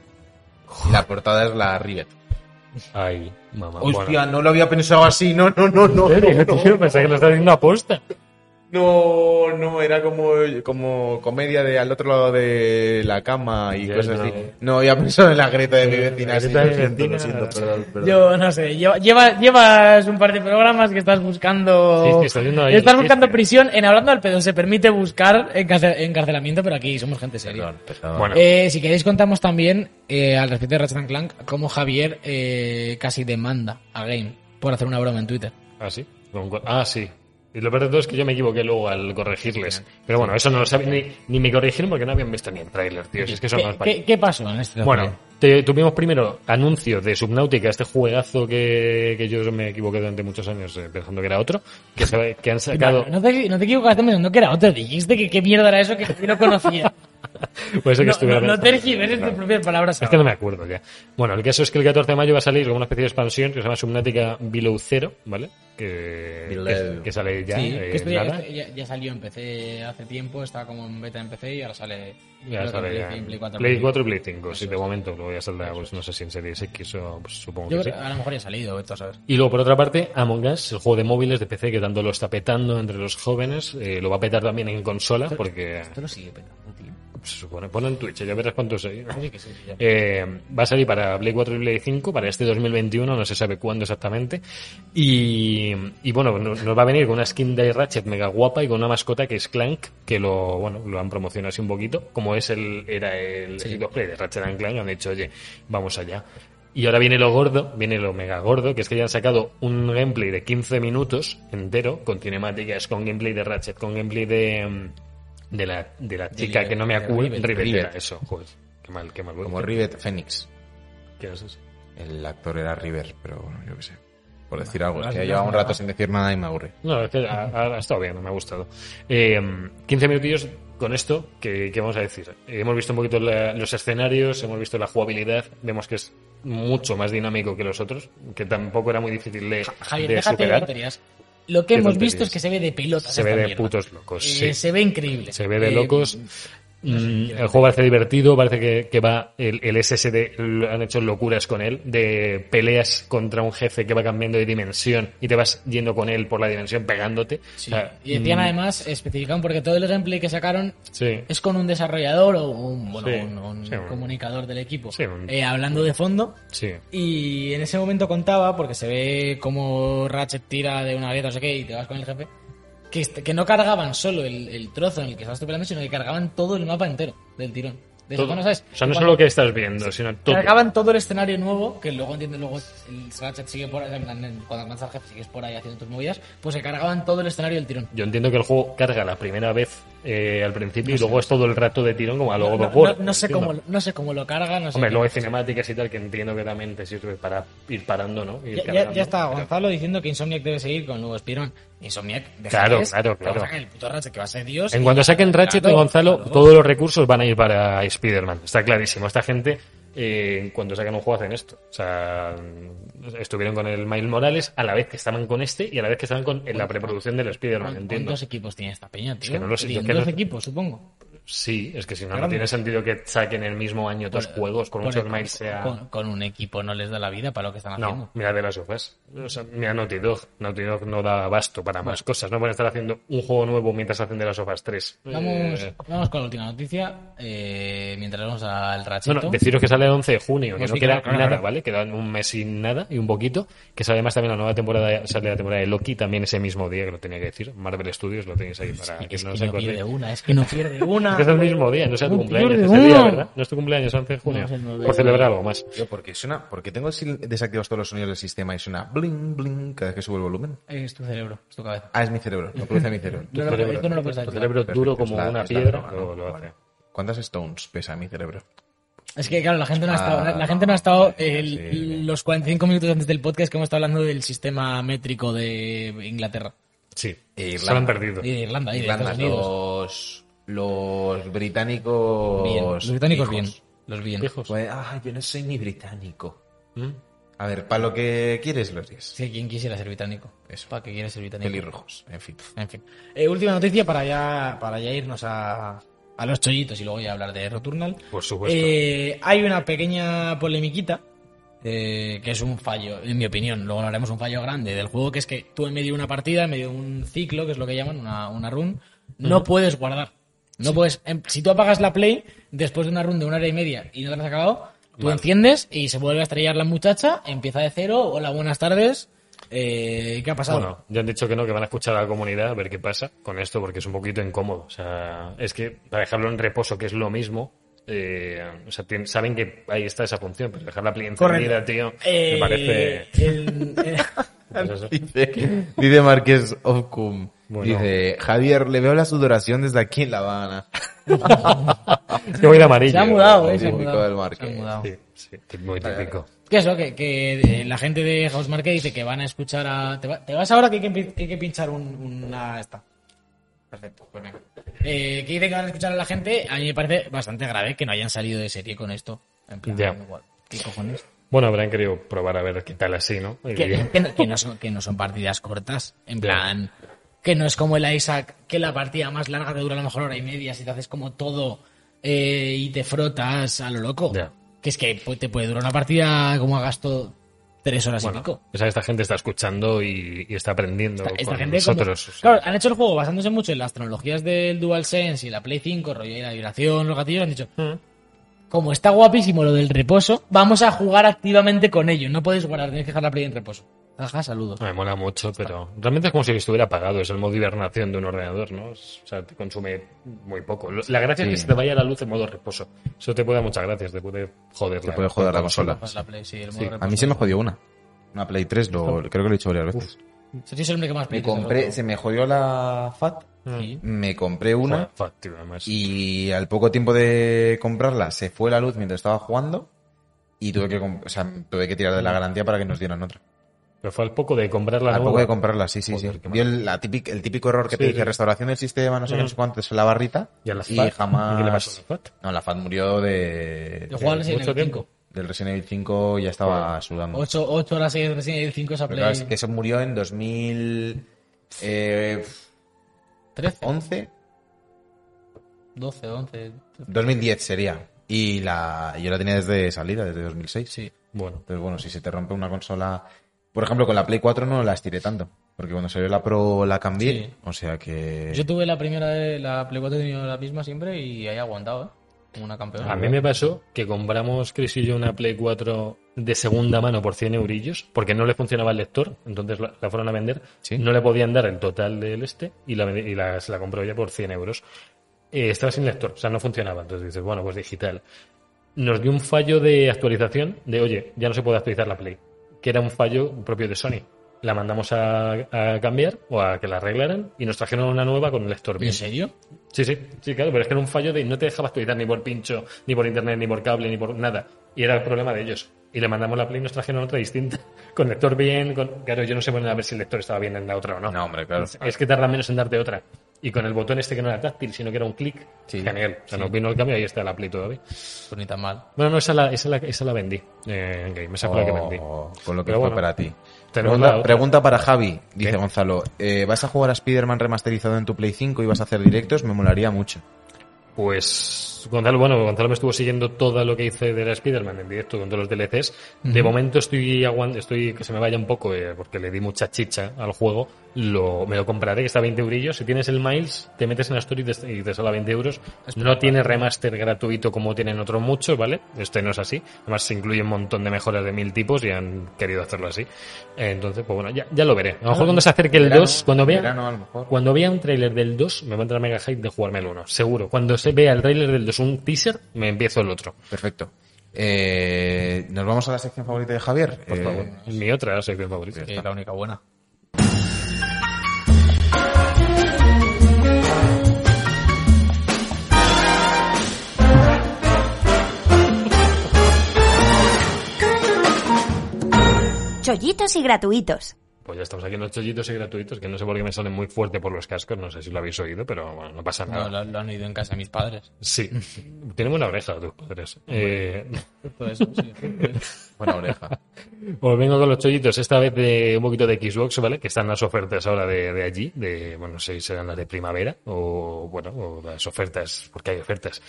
D: Y la portada es la Rivet.
B: Ay, mamá.
D: Hostia, no lo había pensado así. No, no, no, no.
B: bueno.
D: No,
B: Tío, pensaba que lo estaba haciendo aposta.
D: no, no, era como, como comedia de al otro lado de la cama y
B: Ya,
D: cosas
B: no.
D: así. No había pensado en la grieta de mi vecina.
B: La
D: sí,
B: grieta de
D: lo
B: mi
D: siento, lo
B: vecina.
D: siento, perdón, perdón.
C: Yo no sé, lleva- lleva- llevas un par de programas que estás buscando.
B: Sí, sí, estoy haciendo ahí
C: estás
B: el
C: buscando
B: chiste.
C: prisión. En hablando al pedo se permite buscar encárcel- encarcelamiento, pero aquí somos gente seria.
D: Perdón, perdón.
B: Bueno.
C: Eh, si queréis contamos también eh, al respecto de Ratchet and Clank cómo Javier eh, casi demanda a Game por hacer una broma en Twitter.
B: Ah, sí. Con cu- Ah, sí. Y lo peor de todo es que yo me equivoqué luego al corregirles. Pero bueno, eso no lo sabía ni, ni me corrigieron porque no habían visto ni el tráiler, tío. Si es que eso
C: ¿Qué,
B: no es
C: qué- qué pasó en este?
B: Bueno, te- tuvimos primero anuncio de Subnautica, este juegazo que, que yo me equivoqué durante muchos años eh, pensando que era otro, que, se- que han sacado...
C: No te, no te equivocaste pensando que era otro. Dijiste que qué mierda era eso que yo no conocía.
B: Puede ser que
C: no,
B: estuviera
C: no, no
B: pensando-
C: tergiverses tus
B: Claro.
C: propias palabras.
B: Es que no me acuerdo ya. Bueno, el caso es que el 14 de mayo va a salir como una especie de expansión que se llama Subnautica Below Zero, ¿vale? Que,
D: Below.
B: que, que sale ya.
C: Sí,
B: eh,
C: que esto ya,
B: nada.
C: esto ya- ya salió en PC hace tiempo, estaba como en beta en PC y ahora sale. creo
B: Ya
C: que
B: sale
C: en
B: ya.
C: Play- en Play 4.
B: Play 4 y Play 5, sí,
C: Eso
B: de
C: es.
B: momento. Luego ya saldrá, pues no sé si en Series X o pues, supongo
C: Yo
B: que sí.
C: creo- a lo mejor ya ha salido, esto, ¿sabes?
B: Y luego, por otra parte, Among Us, el juego de móviles de PC que tanto lo está petando entre los jóvenes, eh, lo va a petar también en consola porque pues,
C: Esto lo sigue petando, tío.
B: se supone. Pon en Twitch, ya verás cuántos hay.
C: Sí, que sí, ya.
B: Eh, va a salir para Play 4 y Play 5 para este 2021, no se sabe cuándo exactamente. Y, y bueno, nos, nos va a venir con una skin de Ratchet mega guapa y con una mascota que es Clank, que lo, bueno, lo han promocionado así un poquito, como es el, era el
C: Sí.
B: el cosplay de Ratchet and Clank, han dicho, oye, vamos allá. Y ahora viene lo gordo, viene lo mega gordo, que es que ya han sacado un gameplay de 15 minutos entero, con cinemáticas, con gameplay de Ratchet, con gameplay de, mm, de la, de la chica
C: Rivet-
B: que no me
C: de
B: acuerdo,
C: Rivet.
B: Rivet,
D: Rivet.
B: era eso, joder, qué mal, qué mal.
D: Como Rivet Phoenix.
B: ¿Qué haces?
D: El actor era River, pero bueno, yo qué sé. Por decir algo, es
C: vale,
D: que
C: no,
D: llevaba un
C: no,
D: rato
C: no.
D: sin decir nada y me aburre.
B: No, es que ha, ha- ha estado bien, me ha gustado. Eh, 15 minutillos con esto, que, que vamos a decir. Eh, hemos visto un poquito la- los escenarios, hemos visto la jugabilidad, vemos que es mucho más dinámico que los otros, que tampoco era muy difícil de,
C: Javier,
B: de
C: déjate de
B: superar.
C: tonterías. Lo que
B: ¿Qué
C: hemos
B: tonterías?
C: visto es que se ve de pelotas.
B: se ve
C: esta
B: de
C: mierda.
B: putos locos.
C: Eh,
B: sí.
C: Se ve increíble.
B: Se ve de
C: Eh,
B: locos. Mm, el juego parece divertido, parece que, que va el, el SSD, l- han hecho locuras con él, de peleas contra un jefe que va cambiando de dimensión y te vas yendo con él por la dimensión pegándote.
C: sí.
B: O sea,
C: Y decían
B: mm,
C: además, especificaban, porque todo el gameplay que sacaron
B: Sí.
C: es con un desarrollador o un, bueno,
B: Sí,
C: un, un
B: sí, un-
C: comunicador del equipo
B: sí, un-
C: eh, hablando de fondo.
B: Sí.
C: Y en ese momento contaba, porque se ve como Ratchet tira de una grieta, no sé qué, y te vas con el jefe, que, est- que no cargaban solo el, el trozo en el que estabas tú peleando, sino que cargaban todo el mapa entero del tirón. De eso,
B: Todo.
C: bueno, ¿sabes?
B: O sea, no
C: Cuando
B: solo lo que estás viendo, sino todo.
C: Cargaban todo el escenario nuevo, que luego entiendes, luego el Ratchet sigue por ahí, en plan, en- cuando alcanzas al jefe sigues por ahí haciendo tus movidas, pues se cargaban todo el escenario del tirón.
B: Yo entiendo que el juego carga la primera vez eh, al principio y luego es todo el rato de tirón como a
C: No,
B: lo
C: no-
B: God of War,
C: no- no sé
B: entiendo.
C: cómo, lo- no sé cómo lo cargan, no sé
B: Hombre,
C: qué.
B: luego hay cinemáticas y tal que entiendo que también te sirve para ir parando, ¿no? Ir
C: Ya- Ya,
B: cargando.
C: ya está Gonzalo diciendo que Insomniac debe seguir con el nuevo Spiron. Insomniac, déjales,
B: Claro, claro,
C: que vamos a
B: claro.
C: sacar El puto Ratchet que va a ser Dios.
B: En
C: y
B: cuanto
C: ya,
B: saquen Ratchet
C: Pues claro,
B: y Gonzalo,
C: claro.
B: todos los recursos van a ir para Spider-Man. Está clarísimo. Esta gente eh, cuando sacan un juego hacen esto. O sea, estuvieron con el Miles Morales a la vez que estaban con este y a la vez que estaban con en la preproducción del Spider-Man, entiendo.
C: ¿Cuántos equipos tiene esta peña, tío?
B: que no lo sé, yo
C: Tienen
B: es que
C: dos
B: no-
C: equipos, supongo.
B: Sí, es que si no, no
C: Grande.
B: tiene sentido que saquen el mismo año dos juegos con
C: Por-
B: muchos Miles sea...
C: con- con un equipo no les da la vida para lo que están haciendo.
B: No, mira de las sofás. O sea, mira Naughty Dog. Naughty Dog no da abasto para más cosas. No pueden estar haciendo un juego nuevo mientras hacen de las sofás 3.
C: Vamos,
B: Eh,
C: vamos con la última noticia. eh, mientras vamos al rachito.
B: Bueno, deciros que sale el 11 de junio, que
C: Pues
B: no
C: sí,
B: queda
C: claro, claro,
B: nada,
C: claro.
B: ¿vale? Quedan un mes sin nada y un poquito. Que sale además también la nueva temporada, sale la temporada de Loki también ese mismo día, que lo tenía que decir. Marvel Studios lo tenéis ahí para que
C: es
B: no
C: que
B: se
C: no pierde
B: corte.
C: una, es que no pierde una.
B: Es el mismo día, no sea tu
C: No
B: cumpleaños.
C: pierde
B: Es el día,
C: uno.
B: ¿verdad? No es tu cumpleaños, 11 de junio.
C: No, es el nueve.
B: Por celebrar algo más.
D: Yo, porque suena, porque tengo sil- desactivados todos los sonidos del sistema y suena bling bling cada vez que subo el volumen.
C: Es tu cerebro, es tu cabeza.
D: Ah, es mi cerebro, lo produce mi cerebro.
C: No lo- esto no lo puedes
B: Tu
C: activar.
B: cerebro
D: Perfecto,
B: duro
D: es
B: como
D: la-
B: una
D: es la
B: piedra
D: broma,
B: lo,
D: ¿no?
B: lo
D: Vale.
B: hace.
D: ¿Cuántas stones pesa mi cerebro?
C: Es que, claro, la gente no ha estado,
D: Ah,
C: la gente no ha estado eh,
D: sí,
C: el-
D: sí.
C: los 45 minutos antes del podcast que hemos estado hablando del sistema métrico de Inglaterra
B: Sí,
D: E
B: se lo han
D: Irlanda.
B: perdido.
C: y de Irlanda y de
D: Irlanda,
C: Estados Unidos.
D: los, los británicos.
C: Bien, los británicos
D: fijos.
C: bien, los bien.
B: Viejos.
D: Pues, ah, yo no soy ni británico.
B: ¿Mm?
D: A ver, para lo que quieres, los 10.
C: Es que quién quisiera ser británico.
D: Eso.
C: ¿Para qué quieres ser británico?
D: Pelirrojos, en fin.
C: En fin. Eh, última noticia para ya, para ya irnos a, a los chollitos y luego ya hablar de Returnal.
B: Por supuesto.
C: Eh, hay una pequeña polemiquita eh, que es un fallo, en mi opinión. Luego hablaremos un fallo grande del juego, que es que tú en medio de una partida, en medio de un ciclo, que es lo que llaman una, una run, no puedes guardar. No puedes. em, si tú apagas la play después de una run de una hora y media y no te la has acabado, tú enciendes y se vuelve a estrellar la muchacha, empieza de cero, hola, buenas tardes. eh, ¿Qué ha pasado?
B: Bueno, ya han dicho que no, que van a escuchar a la comunidad a ver qué pasa con esto, porque es un poquito incómodo. O sea, es que para dejarlo en reposo, que es lo mismo, eh, o sea, tien- saben que ahí está esa función, pero dejar la play encendida, tío,
C: Eh,
B: me parece...
C: el- eh, el-
B: pues eso.
D: Dice, dice Marqués Ofcum.
B: Bueno.
D: Dice, Javier, le veo la sudoración desde aquí en La Habana.
B: Es que voy de amarillo.
C: se ha mudado,
D: el
C: eh, se ha
D: típico
C: mudado.
D: del Marqués.
C: Se ha mudado.
B: Sí, sí, que es muy típico.
C: Que eso, que, que, eh, la gente de House Market dice que van a escuchar a. Te, va- te vas ahora que hay que, pin- hay que pinchar un- una. Esta. Perfecto, pues venga. Eh, que dice que van a escuchar a la gente. A mí me parece bastante grave que no hayan salido de serie con esto. En plan,
B: Ya.
C: igual, ¿qué cojones?
B: Bueno, habrán querido probar a ver qué tal así, ¿no? Y-
C: Que, que no, que no son, que no son partidas cortas. En plan, que no es como el Isaac, que la partida más larga te dura a lo mejor hora y media si te haces como todo eh, y te frotas a lo loco.
B: Ya.
C: Que es que pues, te puede durar una partida como hagas todo tres horas y pico.
B: bueno, o sea, esta gente está escuchando y, y está aprendiendo
C: Esta- esta
B: con
C: gente como-
B: nosotros. o sea.
C: claro, han hecho el juego basándose mucho en las tecnologías del DualSense y la Play 5, rollo y la vibración, los gatillos, han dicho,
B: Mm.
C: como está guapísimo lo del reposo, vamos a jugar activamente con ello. No podéis guardar, tenéis que dejar la Play en reposo. Ajá, saludos.
B: Me mola mucho, pero realmente es como si estuviera apagado. Es el modo hibernación de un ordenador, ¿no? Es- O sea, te consume muy poco. Lo- La gracia es que
D: Sí.
B: se te vaya la luz en modo reposo. Eso te puede dar muchas gracias, te puede joder.
D: Te puede joder la consola.
C: Pues la Play, sí, el modo
B: Sí, a
D: A
C: reposo.
D: mí se me jodió una. Una Play 3, lo, creo que lo he dicho varias veces.
C: Soy el hombre que más
D: Me
C: Play
D: compré, se me jodió la FAT.
C: Sí.
D: Me compré
B: Una.
D: una y al poco tiempo de comprarla se fue la luz mientras estaba jugando y tuve que, com- o sea, tuve que tirar de la garantía para que nos dieran otra.
B: Pero fue al poco de comprarla
D: Al
B: nueva.
D: poco de comprarla, sí, sí,
B: Joder,
D: sí.
B: qué
D: Vio el, la típic- el típico error que
B: Sí,
D: te dije,
B: sí. Mm.
D: restauración del sistema, no sé qué, no sé cuánto, es la barrita.
B: Y a la
D: y
B: FAT.
D: jamás...
B: ¿Y qué le pasó a la FAT?
D: No, la FAT murió de...
C: Yo jugaba al Resident
B: mucho
C: Evil 5.
B: tiempo.
D: Del Resident Evil 5 ya estaba sudando.
C: 8, horas seguidas de Resident Evil 5 esa
D: Pero
C: Play
D: claro, es que eso murió en eh, 2011.
C: 13, 12, 11.
D: 2010 sería. Y la yo la tenía desde salida, desde 2006.
C: Sí.
B: Bueno,
D: Entonces, bueno, si se te rompe una consola... Por ejemplo, con la Play 4 no la estiré tanto. Porque cuando salió la Pro la cambié.
C: Sí.
D: O sea que...
C: Yo tuve la primera, de la Play 4 he tenido la misma siempre y ahí he aguantado, ¿eh? Como una campeona.
B: a mí me pasó que compramos Chris y yo una Play 4 de segunda mano por 100 eurillos porque no le funcionaba el lector, entonces la, la fueron a vender.
D: Sí.
B: No le podían dar el total del este y la, vendi- y la- se la compró ella por 100 euros. Eh, estaba sin lector, o sea, no funcionaba. Entonces dices, bueno, pues digital. Nos dio un fallo de actualización de, oye, ya no se puede actualizar la Play, que era un fallo propio de Sony. La mandamos a, a cambiar o a que la arreglaran y nos trajeron una nueva con el lector
C: ¿En
B: bien.
C: serio?
B: Sí, sí, sí, claro, pero es que era un fallo de no te dejaba actualizar ni por pincho, ni por internet, ni por cable, ni por nada. Y era el problema de ellos. Y le mandamos la Play y nos trajeron otra distinta. Con lector bien, con... claro, yo no sé poner a ver si el lector estaba bien en la otra o no.
D: No, hombre, claro.
B: Es que tarda menos en darte otra. Y con el botón este que no era táctil, sino que era un clic.
D: Sí.
B: Genial. O sea,
D: Sí.
B: nos vino el cambio y ahí está la Play todavía.
C: Pues ni tan mal.
B: Bueno, no, esa la, esa la, esa la vendí. Eh, en Game, esa fue la que vendí.
D: Oh, con lo que
B: Pero
D: fue
B: bueno,
D: para ti.
B: tenemos la
D: Pregunta,
B: otra.
D: pregunta para Javi, dice
B: ¿Qué?
D: Gonzalo. eh, ¿Vas a jugar a Spider-Man remasterizado en tu Play 5 y vas a hacer directos? Me molaría mucho.
B: Pues Gonzalo, bueno, Gonzalo me estuvo siguiendo todo lo que hice de la Spider-Man en directo con todos los DLCs. De momento estoy aguan- estoy que se me vaya un poco eh, porque le di mucha chicha al juego. Lo, me lo compraré, que está a 20 eurillos. Si tienes el Miles, te metes en la Store y te, y te sale a 20 euros. No tiene remaster gratuito como tienen otros muchos, ¿vale? Este no es así. Además se incluye un montón de mejoras de mil tipos y han querido hacerlo así. Eh, Entonces, pues bueno, ya, ya lo veré. A lo mejor cuando se acerque el
D: verano,
B: 2, cuando vea...
D: verano, a lo mejor.
B: Cuando vea un tráiler del 2, me va a entrar mega hype de jugarme el 1, seguro. Cuando se vea el tráiler del 2, un teaser, me empiezo el otro.
D: Perfecto. Eh, ¿Nos vamos a la sección favorita de Javier?
B: Por
D: Eh,
B: favor. Es mi otra sección favorita.
C: Que es la única buena.
A: Chollitos y gratuitos.
B: Pues ya estamos aquí en los chollitos y gratuitos, que no sé por qué me salen muy fuerte por los cascos, no sé si lo habéis oído, pero bueno, no pasa nada.
C: No, lo, lo han oído en casa mis padres.
B: Sí. Tienen buena oreja tus padres. Eh,
C: Todo eso, sí.
D: Buena oreja.
B: Os pues vengo con los chollitos, esta vez de un poquito de Xbox, ¿vale? Que están las ofertas ahora de, de allí, de, bueno, no sé si serán las de primavera o, bueno, o las ofertas, porque hay ofertas.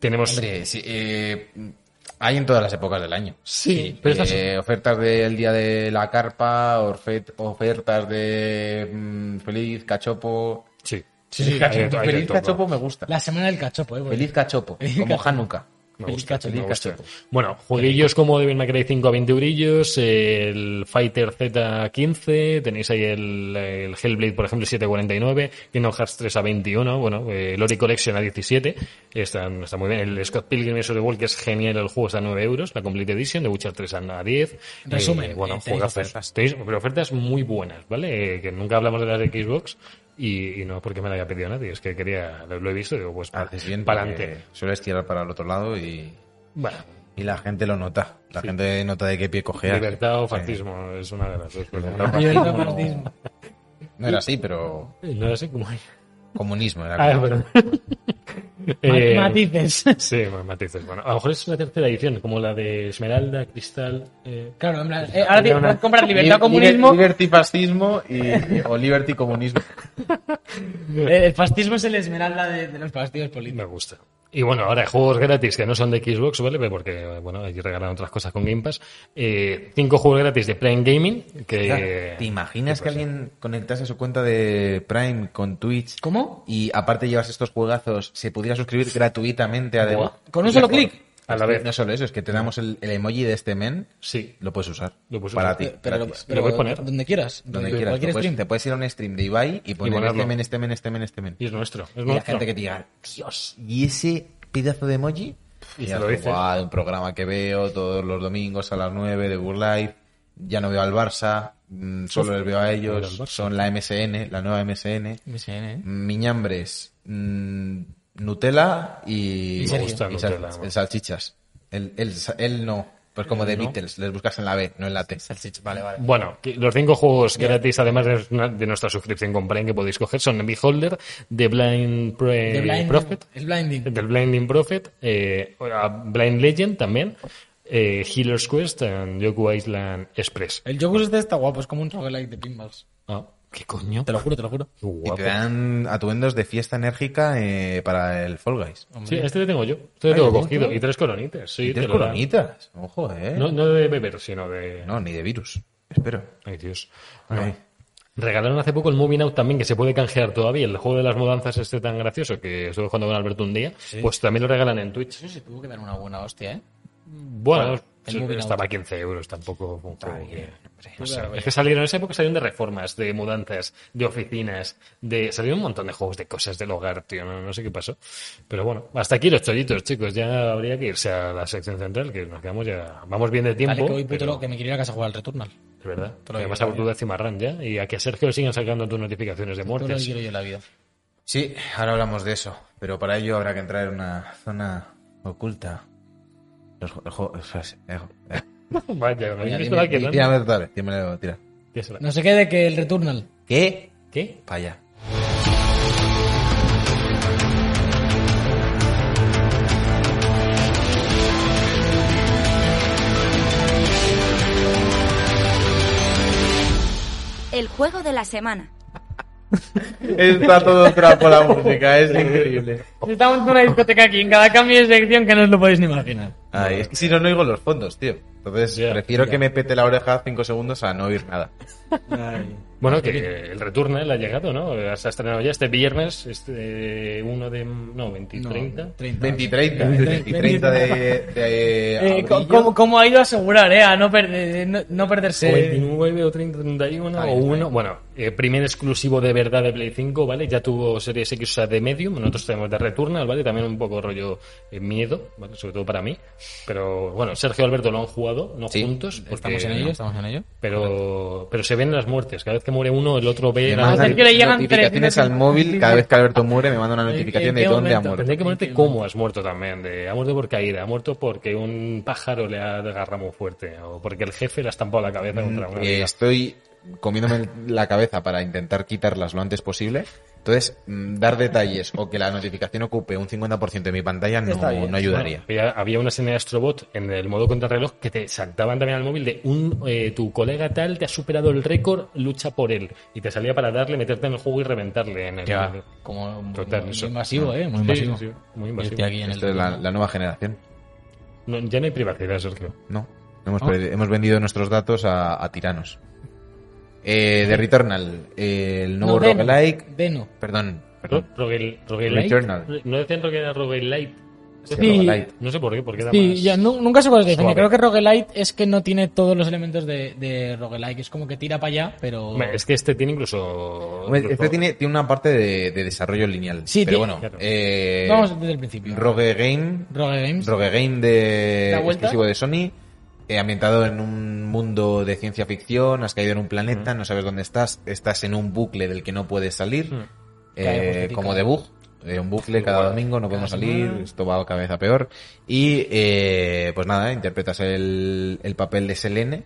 B: Tenemos...
D: Hombre, sí, eh, hay en todas las épocas del año.
B: Sí, pero estas son-
D: eh, ofertas del día de la carpa, orfe- ofertas de mm, feliz cachopo.
B: Sí.
C: sí,
B: Hay de to- hay de
D: feliz
B: todo.
D: cachopo me gusta.
C: La semana del cachopo, eh. güey.
D: Feliz cachopo,
C: Feliz
D: como
C: cachopo.
D: Hanukkah.
B: Me
C: Feliz
B: gusta,
C: cachopo.
B: me gusta.
D: Feliz cachopo.
B: Bueno, jueguillos como Devil May Cry 5 a 20 eurillos, el Fighter Z15, tenéis ahí el, el Hellblade, por ejemplo, 749, Kingdom Hearts 3 a 21, bueno, eh, el Ori Collection a 17, están, está muy bien, el Scott Pilgrim vs. The World, que es genial, el juego está a 9 euros, la Complete Edition, The Witcher 3 a 10.
C: Resumen,
B: bueno,
C: eh, tenéis
B: juegazos.
C: ofertas.
B: Tenéis- pero ofertas muy buenas, ¿vale? Eh, que nunca hablamos de las de Xbox. Y, y no porque me la haya pedido nadie, es que quería, lo, lo he visto, y digo, pues
D: Haces bien,
B: para
D: porque
C: eh,
B: adelante.
D: Sueles tirar para el otro lado y,
B: Bueno,
D: y la gente lo nota. La gente nota de qué pie cojear.
B: Libertad o
D: Sí.
B: fascismo es una de las dos. pero
D: Libertad
B: no-
D: o
C: Yo he ido a
D: fascismo.
C: fascismo.
D: No era así, pero
B: No lo sé cómo hay.
D: comunismo era.
B: Ah,
D: como-
B: perdón.
C: Mat-
B: Eh,
C: Matices.
B: Sí, bueno, matices. Bueno, a lo mejor es una tercera edición, como la de Esmeralda, Cristal. eh,
C: Claro, en plan, eh, ahora tienes
B: Una-
C: que comprar libertad
D: Liber-
C: comunismo.
D: Liberty fascismo y, o liberty comunismo.
C: Eh, El fascismo es el esmeralda de, de los partidos
B: Me
C: políticos.
B: gusta. Y bueno, ahora juegos gratis que no son de Xbox, ¿vale? Pero Porque, bueno, allí regalan otras cosas con Game Pass. Eh, cinco juegos gratis de Prime Gaming, que...
D: ¿Te imaginas que alguien conectase su cuenta de Prime con Twitch
C: ¿Cómo?
D: y aparte llevas estos juegazos, se pudiera suscribir gratuitamente a The
B: Buah.
C: ¿Con un solo clic?
B: A la
D: Es que
B: vez.
D: No solo eso, es que te damos el, el emoji de este men,
B: Sí.
D: lo puedes usar.
B: Lo puedes
D: para
B: usar.
D: ti.
B: Eh,
C: Pero,
D: gratis.
B: Lo puedes poner.
C: Donde quieras.
D: donde
C: en
D: quieras. lo
C: Cualquier
D: puedes-
C: stream.
D: te puedes ir a un stream de Ibai y poner
B: ponerlo.
D: este men, este men, este men, este men.
B: Y es nuestro. Es
D: Y la
B: nuestro.
D: gente que te diga, Dios, ¿y ese pedazo de emoji?
B: Y
D: Y
B: se
D: ya
B: lo
D: digo,
B: dices.
D: "Guau, de un programa que veo todos los domingos a las 9 de Good Life. Ya no veo al Barça, mm, solo les veo a ellos.
B: Barça.
D: Son la MSN, la nueva MSN.
C: Me sé, ¿eh?
D: Miñambres, mm, Nutella y,
C: Me gusta
D: y sal-
B: Nutella, vamos.
D: el salchichas. Él el, el no, pues como de Beatles, les buscas en la B, no en la T.
C: Salchicha, vale, vale.
B: Bueno, que los cinco juegos gratis, además de, una- de nuestra suscripción con Prime que podéis coger, son Beholder, The Blind, Pre-
C: The Blinding-
B: Eh, Prophet,
C: El blinding.
B: del Blinding Prophet, eh, a Blind Legend también, eh, Healer's Quest and Yoku Island Express.
C: El Yogus este está guapo, es como un roguelike de pinballs.
B: Ah, ¿Qué coño?
C: Te lo juro, te lo juro.
B: Qué
D: Y
B: guapo.
D: te dan atuendos de fiesta enérgica eh, para el Fall Guys.
B: Sí, este lo tengo yo. Este lo
D: Ah,
B: tengo
D: ¿lo tienes
B: cogido.
D: tú?
B: Y tres coronitas. Sí,
D: Y
B: te
D: tres
B: lo dan.
D: coronitas. Ojo, eh.
B: No, no de beber, sino de...
D: No, ni de virus. Espero.
B: Ay, Dios.
D: Ay.
B: Regalaron hace poco el Moving Out también, que se puede canjear todavía. El juego de las mudanzas este tan gracioso que estuve jugando con Alberto un día. Pues también lo regalan en Twitch.
C: Eso se tuvo que dar una buena hostia, ¿eh?
B: Bueno,
C: el
B: sí,
C: Moving
B: estaba a 15 euros, tampoco fue un juego que- no sé.
C: Claro,
B: Es que salieron en esa época salieron de reformas, de mudanzas, de oficinas, de salieron un montón de juegos de cosas del hogar, tío, no, no sé qué pasó. Pero bueno, hasta aquí los chollitos, chicos, ya habría que irse a la sección central, que nos quedamos ya, vamos bien de tiempo.
C: Vale, que voy puto
B: pero-
C: loco, que me quiero ir a casa a jugar al Returnal. Todo
B: Es verdad.
C: Te lo
B: Además a
C: digo,
B: Brutal Cimarrán ya, y a que a Sergio le sigan sacando tus notificaciones de
C: lo que
B: muertes.
C: quiero yo en la vida.
D: Sí, ahora hablamos de eso. Pero para ello habrá que entrar en una zona oculta. Los jo- los jo- o sea, sí, eh, eh.
B: Vaya, me habéis
D: Mira,
B: visto la
D: dime-
B: que
D: dime-
B: dan.
D: Tírame otra vez, dímelo, tira.
B: Tírasela.
C: No se quede que el Returnal.
D: ¿Qué?
B: ¿Qué?
D: Falla.
A: Juego de la semana.
D: Está todo trapo la música, es increíble.
C: Estamos en una discoteca aquí, en cada cambio de sección que no os lo podéis ni imaginar.
D: Ay, es que si no, no oigo los fondos, tío. Entonces,
B: Ya,
D: prefiero
B: ya.
D: que me pete la oreja cinco segundos a no oír nada.
B: Bueno, que el Returnal ha llegado, ¿no? Se ha estrenado ya este viernes, este 1 de... no, 20, 30.
D: 20 y 30, 20 y 30 de, de
C: Eh, co-
D: abril.
C: como, como ha ido a asegurar, eh, a no, per- eh, no, no
B: O
C: perderse.
B: 29 o 30, 31
D: Ahí
B: o
D: está,
B: 1. Bueno, eh, primer exclusivo de verdad de Play 5, ¿vale? Ya tuvo series X, o sea, de Medium. Nosotros tenemos de Returnal, ¿vale? También un poco rollo eh, miedo, ¿vale? Sobre todo para mí. Pero bueno, Sergio y Alberto lo han jugado, no
D: Sí,
B: juntos. porque-
C: Estamos en ello, estamos en ello.
B: Pero, pero se ven las muertes. Cada vez que muere uno, el otro ve.
D: Me
B: la-
C: Además,
D: mandan
C: Sergio le Eh, llegan
D: notificaciones
C: tres
D: al
C: veces.
D: móvil cada vez que Alberto muere me manda una
C: ¿En qué- en
D: notificación
C: qué
D: de dónde ha
C: momento?
D: muerto.
B: Tendré que ponerte cómo has muerto también. De, ha muerto por caída, ha muerto porque un pájaro le ha agarrado muy fuerte. O porque el jefe le ha estampado la cabeza contra una.
D: Eh,
B: viga.
D: estoy comiéndome la cabeza para intentar quitarlas lo antes posible. Entonces, mm, dar detalles o que la notificación ocupe un 50% de mi pantalla
C: Está
D: no,
C: bien.
D: no ayudaría.
B: Bueno, había, había una escena de Astrobot en el modo contrarreloj que te saltaban también al móvil de un eh, tu colega tal te ha superado el récord, lucha por él. Y te salía para darle, meterte en el juego y reventarle en el
C: Como muy-
B: Total,
C: muy,
B: eso.
C: masivo, eh, muy
B: Sí,
C: masivo.
B: sí, sí, muy
C: Yo
B: invasivo.
C: estoy aquí en el
D: Esto es la, la nueva generación.
B: No, ya no hay privacidad, Sergio.
D: No. Hemos,
C: ¿No?
D: perdi- hemos vendido nuestros datos a, a tiranos. Eh, de Returnal, eh, el nuevo
C: Deno,
D: roguelike.
C: Deno.
D: Perdón,
B: Ro-
D: perdón.
B: Roguel- Roguelite.
D: Returnal.
B: No decían que era Roguelite.
D: Sí,
C: Sí.
D: roguelite.
B: No sé por qué, porque era
C: Sí,
B: más-
C: ya, nu- nunca se puede
B: suave.
C: definir. Creo que roguelite es que no tiene todos los elementos de, de roguelike. Es como que tira para allá, pero.
B: Hombre, Es que este tiene incluso.
D: Hombre, Este
B: incluso-
D: tiene, tiene una parte de, de desarrollo lineal.
C: Sí,
D: pero
C: tiene-
D: bueno,
B: Claro.
D: eh,
C: Vamos desde el principio.
D: Rogue Game
C: Rogue Games.
D: Rogue Game de
C: ¿La vuelta?
D: exclusivo de Sony, eh, ambientado en un mundo de ciencia ficción, has caído en un planeta, no sabes dónde estás, estás en un bucle del que no puedes salir,
B: Mm.
D: eh,
C: Caemos de pica.
D: como debug, eh, un bucle cada
B: Igual,
D: domingo, no podemos salir,
B: semana.
D: esto va a cabeza peor. Y eh, pues nada, interpretas el, el papel de Selene,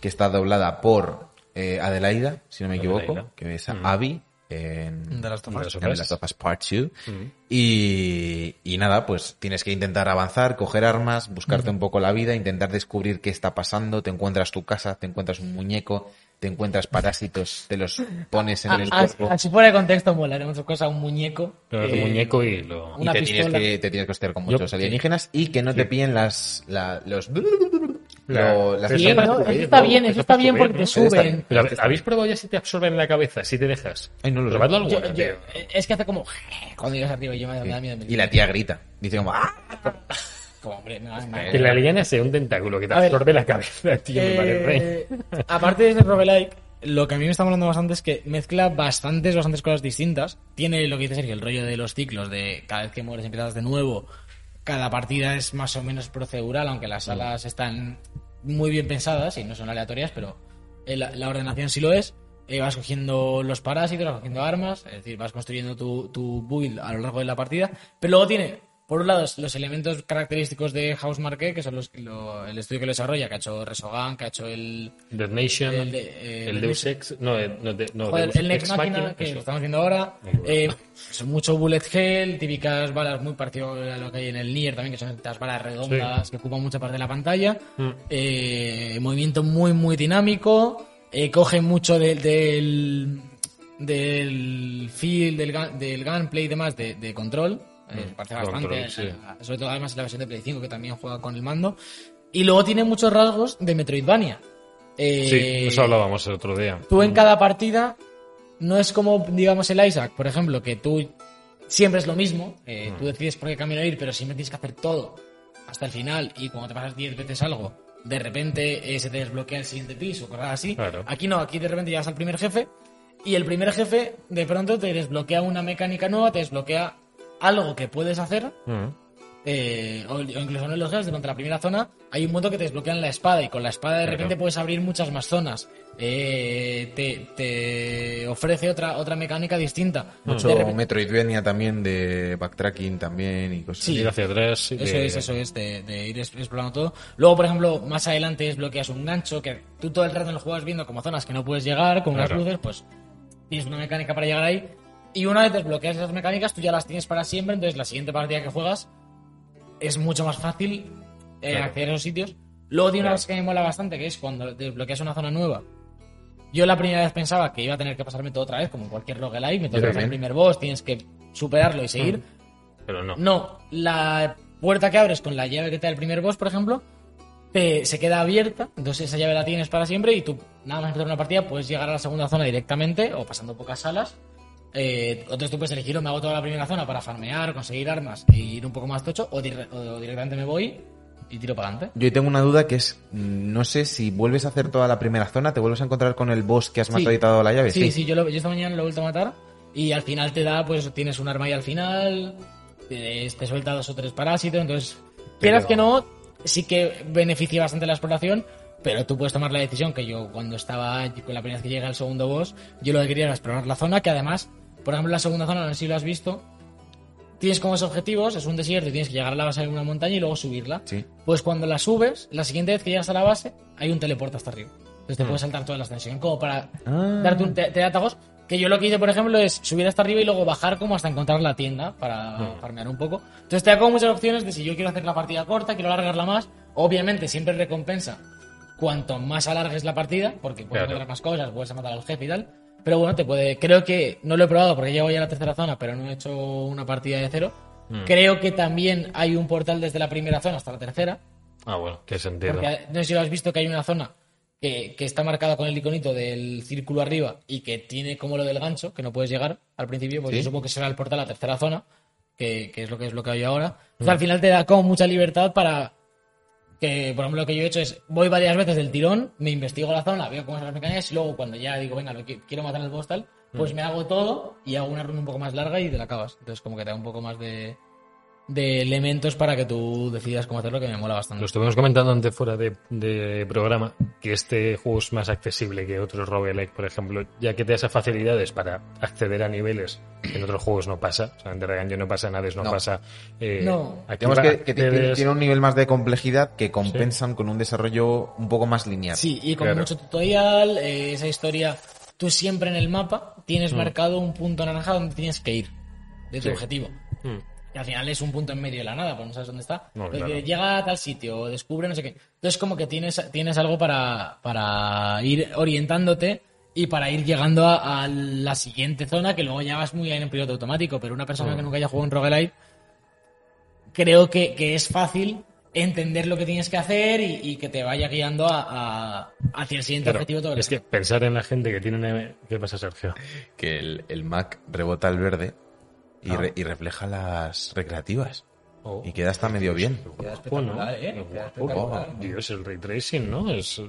D: que está doblada por eh, Adelaida, si no me
B: Adelaida.
D: equivoco, que es
B: Mm.
D: Abby en
C: De las tofas.
B: De las
D: en
B: tofas.
D: The Last of Us Part 2.
B: Mm.
D: Y, y nada, pues tienes que intentar avanzar, coger armas, buscarte un poco la vida, intentar descubrir qué está pasando, te encuentras tu casa, te encuentras un muñeco, te encuentras parásitos, te los pones en
C: Ah,
D: el
C: ah,
D: cuerpo
C: así fuera de contexto, mola. Era muchas cosas, un muñeco.
B: Pero es
C: eh,
B: un muñeco y lo.
D: y
C: una
D: te tienes,
C: pistola.
D: que, te tienes que hostear con
B: Yo-
D: muchos alienígenas y que no te pillen las, la- los,
B: La-
D: lo- las
B: Sí,
C: Bien,
B: Eso
D: personas.
B: no
C: ¿no?
B: está
C: Eso
B: bien,
C: está
B: ¿no?
C: bien, eso
B: Eso
C: está
B: está
C: bien
B: bien,
C: porque
B: ¿no?
D: Eso está
C: suben.
D: bien.
B: Pero, ¿Habéis probado ya si te absorben la cabeza, si te dejas?
D: Ay, no lo sé.
B: Probadlo alguna,
C: Yo- yo-
B: tío.
C: es que hace como cuando llegas arriba y yo me, me da miedo.
D: Y la tía grita, dice como, ¡ah!
C: Como, hombre, me da- me da-
B: Que la liana sea un tentáculo que te
C: A ver.
B: absorbe la cabeza, tío, me parece.
C: Eh, aparte de ese roguelike, lo que a mí me está molando bastante es que mezcla bastantes, bastantes cosas distintas. Tiene lo que dice Sergio, el rollo de los ciclos, de cada vez que mueres empiezas de nuevo. Cada partida es más o menos procedural, aunque las salas están muy bien pensadas y no son aleatorias, pero eh, la, la ordenación sí lo es. Eh, vas cogiendo los parásitos, vas cogiendo armas, es decir, vas construyendo tu, tu build a lo largo de la partida. Pero luego tiene, por un lado, los elementos característicos de House Marque, que son los, lo- el estudio que lo desarrolla, que ha hecho Resogan, que ha hecho el,
B: The Nation,
C: El de- eh,
B: el Deus Ex, no, eh, no, de- no
C: Joder,
B: Deus
C: el Next
B: Ex
C: Máquina, que
B: eso.
C: lo estamos haciendo ahora.
B: Muy
C: Eh, son mucho bullet hell, típicas balas muy parecido a lo que hay en el Nier también, que son estas balas redondas que ocupan mucha parte de la pantalla.
B: Mm.
C: Eh, movimiento muy, muy dinámico. Eh, coge mucho del, del, del feel, del, gun- del gunplay y demás de, de control. Eh, se parece
B: Mm. Control,
C: bastante,
B: sí.
C: a- a- sobre todo además en la versión de Play 5 que también juega con el mando. Y luego tiene muchos rasgos de Metroidvania. Eh,
B: Sí, de eso hablábamos el otro día.
C: Tú en cada partida no es como, digamos, el Isaac, por ejemplo, que tú siempre es lo mismo, eh, tú decides por qué camino ir, pero siempre tienes que hacer todo hasta el final y cuando te pasas 10 veces algo, de repente eh, se te desbloquea el siguiente piso, cosas así.
B: Claro.
C: Aquí no, aquí de repente llegas al primer jefe y el primer jefe de pronto te desbloquea una mecánica nueva, te desbloquea algo que puedes hacer
B: Mm.
C: eh, o, o incluso no en los jefes, durante la primera zona, hay un modo que te desbloquean la espada y con la espada de
B: Claro.
C: repente puedes abrir muchas más zonas. Eh, te, te ofrece otra, otra mecánica distinta.
D: Mucho
C: De repente-
D: Metroidvania también, de backtracking también y cosas
C: Sí.
D: así.
B: Ir hacia atrás. y
C: Eso
B: de-
C: es, eso es, de, de ir es- explorando todo. Luego, por ejemplo, más adelante desbloqueas un gancho que tú todo el rato en el juego vas viendo como zonas que no puedes llegar, con unas
B: Claro.
C: luces, pues tienes una mecánica para llegar ahí. Y una vez desbloqueas esas mecánicas, tú ya las tienes para siempre, entonces la siguiente partida que juegas es mucho más fácil eh,
B: Claro.
C: acceder a esos sitios. Luego tiene una
B: Claro.
C: cosa que me mola bastante, que es cuando desbloqueas una zona nueva Yo la primera vez pensaba que iba a tener que pasarme todo otra vez, como en cualquier roguelike, me toca pasar el
D: también.
C: primer boss, tienes que superarlo y seguir.
B: Mm. Pero no.
C: No, la puerta que abres con la llave que te da el primer boss, por ejemplo, te- se queda abierta, entonces esa llave la tienes para siempre y tú, nada más empezar una partida, puedes llegar a la segunda zona directamente o pasando pocas salas. Eh, entonces tú puedes elegir o me hago toda la primera zona para farmear, conseguir armas e ir un poco más tocho o, dire- o directamente me voy y tiro para adelante.
D: Yo tengo una duda que es, mm, no sé si vuelves a hacer toda la primera zona, te vuelves a encontrar con el boss que has matado y te ha dado la llave.
C: Sí, sí, yo, lo- yo esta mañana lo he vuelto a matar y al final te da, pues tienes un arma y al final te, te suelta dos o tres parásitos, entonces quieras que no, sí que beneficia bastante la exploración, pero tú puedes tomar la decisión que yo cuando estaba con la primera vez que llega al segundo boss, yo lo que quería era explorar la zona, que además, por ejemplo, la segunda zona, no sé si lo has visto, tienes como esos objetivos, es un desierto y tienes que llegar a la base de una montaña y luego subirla.
D: Sí.
C: Pues cuando la subes, la siguiente vez que llegas a la base, hay un teleporte hasta arriba. Entonces te puedes saltar toda la ascensión, como para
D: Ah.
C: darte un te, te da atajos. Que yo lo que hice, por ejemplo, es subir hasta arriba y luego bajar como hasta encontrar la tienda para
D: Ah.
C: farmear un poco. Entonces te da como muchas opciones de si yo quiero hacer la partida corta, quiero alargarla más. Obviamente siempre recompensa cuanto más alargues la partida, porque puedes
B: Claro.
C: encontrar más cosas, puedes matar a los jefes y tal. Pero bueno, te puede. Creo que. No lo he probado porque llego ya a la tercera zona, pero no he hecho una partida de cero. Creo que también hay un portal desde la primera zona hasta la tercera.
B: Ah, bueno, qué sentido.
C: Porque no sé si lo has visto que hay una zona que, que está marcada con el iconito del círculo arriba y que tiene como lo del gancho, que no puedes llegar al principio, pues
D: Sí.
C: yo supongo que será el portal a la tercera zona, que, que es lo que es lo que hay ahora. O sea, al final te da como mucha libertad para que, por ejemplo, lo que yo he hecho es voy varias veces del tirón, me investigo la zona, veo cómo son las mecánicas y luego cuando ya digo, venga, lo que quiero matar al boss tal, pues me hago todo y hago una run un poco más larga y te la acabas. Entonces como que te da un poco más de, de elementos para que tú decidas cómo hacerlo, que me mola bastante.
B: Lo estuvimos comentando antes fuera de, de programa, que este juego es más accesible que otros roguelike, por ejemplo, ya que te da esas facilidades para acceder a niveles que en otros juegos no pasa. O sea, en The Dragon Age no pasa, en Hades no,
D: No.
B: pasa. eh,
C: No.
B: aquí
D: Digamos
B: va,
D: que, que tiene-
B: accedes-
D: tiene un nivel más de complejidad que compensan con un desarrollo un poco más lineal.
C: Sí, y con
B: Claro.
C: mucho tutorial, eh, esa historia. Tú siempre en el mapa tienes marcado un punto naranja donde tienes que ir, de tu
B: Mm. Sí.
C: objetivo.
B: Mm.
C: Y al final es un punto en medio de la nada, pues no sabes dónde está.
B: No,
C: Pero
B: claro.
C: que llega a tal sitio, o descubre no sé qué. Entonces, como que tienes, tienes algo para, para ir orientándote y para ir llegando a, a la siguiente zona, que luego ya vas muy bien en piloto automático. Pero una
B: Mm.
C: persona que nunca haya jugado un roguelite, creo que, que es fácil entender lo que tienes que hacer y, y que te vaya guiando a, a- hacia el siguiente
B: Claro,
C: objetivo todo el
B: es que
C: tiempo.
B: pensar en la gente que tiene una- ¿Qué pasa, Sergio?
D: Que el, el Mac rebota al verde y,
B: Ah.
D: re- y refleja las recreativas.
B: Oh.
D: Y queda hasta medio bien.
C: Queda
B: Bueno,
C: espectacular, ¿eh?
B: guapo.
C: Queda espectacular.
B: Oh, Dios, el ray tracing, ¿no? Es.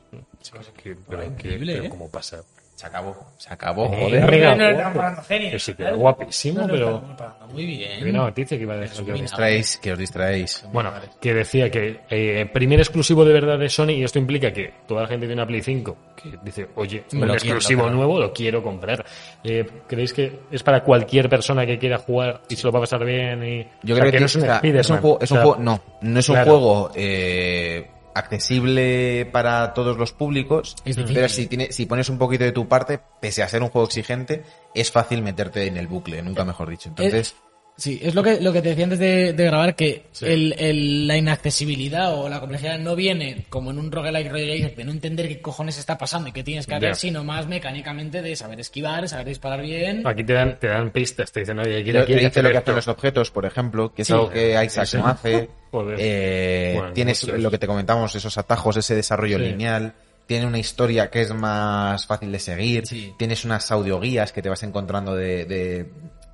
B: que- pero, que-
C: increíble,
B: pero
C: ¿eh?
B: cómo pasa.
D: Se acabó. Se acabó,
B: Eh,
D: joder.
B: mira,
C: No, no,
B: guapo.
C: estamos parando genio.
B: Que sí, que era guapísimo,
C: No, no,
B: pero.
C: estamos parando Muy bien.
B: Hay una noticia que iba a dejar yo.
C: muy
D: Os distraéis, que os distraéis.
B: Bueno, que decía que eh, primer exclusivo de verdad de Sony, y esto implica que toda la gente tiene una Play 5, que dice, oye,
C: Me
B: un
C: lo quiero,
B: exclusivo
C: claro.
B: nuevo lo quiero comprar. Eh, ¿Creéis que es para cualquier persona que quiera jugar y se lo va a pasar bien? Y...
D: Yo
B: O sea,
D: creo que,
B: no es un
D: o sea,
B: Spider-Man,
D: es un juego, es un
B: o sea,
D: juego- no, no es un
B: claro.
D: juego eh, accesible para todos los públicos,
C: Es difícil.
D: pero si, tiene, si pones un poquito de tu parte, pese a ser un juego exigente, es fácil meterte en el bucle,
C: Eh,
D: nunca mejor dicho. Entonces,
C: Sí, es lo que, lo que te decía antes de, de grabar, que
B: Sí.
C: el, el- la inaccesibilidad o la complejidad no viene como en un roguelike roguelike de no entender qué cojones está pasando y qué tienes que hacer,
B: Ya.
C: sino más mecánicamente de saber esquivar, saber disparar bien.
B: Aquí te dan, te dan pistas, te dicen, oye, aquí, aquí
D: yo te
B: hay que
D: dice lo
B: hacer
D: que hacen los
B: esto.
D: objetos, por ejemplo, que es
C: Sí.
D: algo que Isaac
B: Sí.
D: no hace.
B: Joder.
D: Eh,
B: Bueno,
D: tienes
B: muchos.
D: lo que te comentamos, esos atajos, ese desarrollo
B: Sí.
D: lineal. Tiene una historia que es más fácil de seguir.
C: Sí.
D: Tienes unas audioguías que te vas encontrando de, de,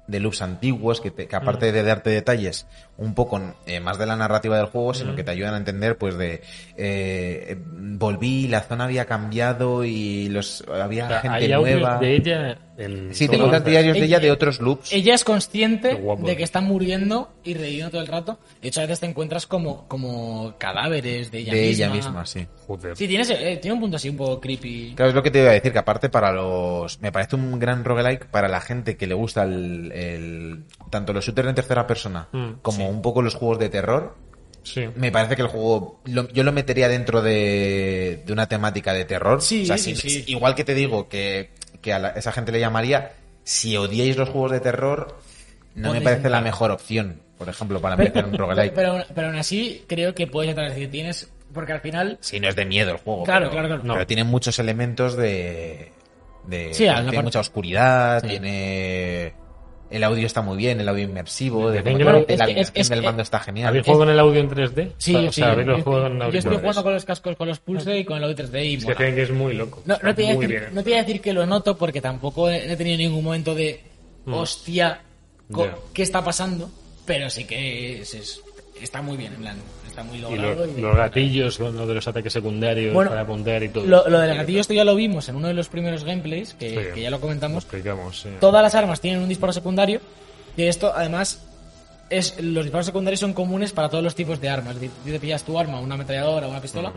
D: de loops antiguos que, te- que
B: Mm.
D: aparte de darte detalles un poco eh, más de la narrativa del juego,
B: Mm.
D: sino que te ayudan a entender pues de eh, volví, la zona había cambiado y los había
B: O sea, hay
D: gente
B: audios
D: nueva.
B: de ella en
D: Sí, te
B: todo
D: encuentras
B: el-
D: diarios de
C: Ella-
D: ella de otros loops.
C: Ella es
B: Qué
C: consciente
B: guapo.
D: ¿eh?
C: de que está muriendo y reviviendo todo el rato. De hecho, a veces te encuentras como, como cadáveres de ella
D: de
C: misma.
D: ella misma, sí.
B: Joder.
C: Sí, tiene, ese- eh, tiene un punto así un poco creepy.
D: Claro, es lo que te iba a decir, que aparte para los... Me parece un gran roguelike para la gente que le gusta el, el- tanto los shooters en tercera persona
B: Mm,
D: como un poco los juegos de terror.
B: Sí.
D: Me parece que el juego... lo- yo lo metería dentro de, de una temática de terror.
C: Sí,
D: O sea,
C: sí,
D: si-
C: sí.
D: Igual que te digo que, que a la- esa gente le llamaría, si odiáis los juegos de terror, no me
C: Podéis
D: parece la
C: entrar.
D: mejor opción, por ejemplo, para meter un roguelike.
C: Pero, aún- pero aún así, creo que puedes entrar. Es decir, tienes. Porque al final.
D: si no es de miedo el juego.
C: Claro,
D: pero-
C: claro, claro.
D: Pero tiene muchos elementos de... de-
C: Sí, a la
D: tiene
C: parte-
D: mucha oscuridad,
C: Sí.
D: tiene... El audio está muy bien, el audio inmersivo, de
B: Depende
D: cómo
B: del
D: la
B: audio.
D: la
C: Es que- es- es
D: vibración del
C: que-
D: mando está genial.
B: ¿Habéis jugado con el audio en 3D?
C: Sí,
B: o sea,
C: sí.
B: ¿habéis lo
C: yo,
B: jugado en
C: yo
B: auriculares?
C: estoy jugando con los cascos, con los Pulse y con el audio 3D y
B: Es que
C: mola.
B: dicen que es muy loco.
C: No,
B: Está
C: no, te voy a
B: muy
C: decir,
B: bien.
C: no te voy a decir que lo noto porque tampoco he he tenido ningún momento de hostia, co-
B: Mm. Ya.
C: ¿qué está pasando? Pero sí que es- es- está muy bien, en plan, está muy
B: Y
C: logrado.
B: los,
C: y-
B: los gatillos, con lo de los ataques secundarios
C: Bueno,
B: para apuntar y todo.
C: Lo, lo del gatillo esto ya lo vimos en uno de los primeros gameplays, que,
B: Sí.
C: que ya lo
B: Lo
C: comentamos.
B: explicamos. sí.
C: Todas las armas tienen un disparo secundario y esto además... Es, los disparos secundarios son comunes para todos los tipos de armas. Es decir, tú te pillas tu arma, una ametralladora o una pistola,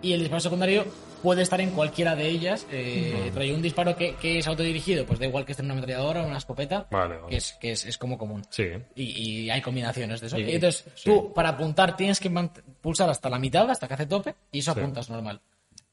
C: y el disparo secundario puede estar en cualquiera de ellas. Eh, Trae un disparo que, que es autodirigido, pues da igual que esté en una ametralladora o una escopeta,
B: Vale, vale.
C: que, es, que es, es como común.
B: Sí.
C: Y, y hay combinaciones de eso.
B: Sí,
C: Y entonces,
B: sí.
C: tú para apuntar tienes que mant- pulsar hasta la mitad, hasta que hace tope, y eso
B: Sí.
C: apuntas normal.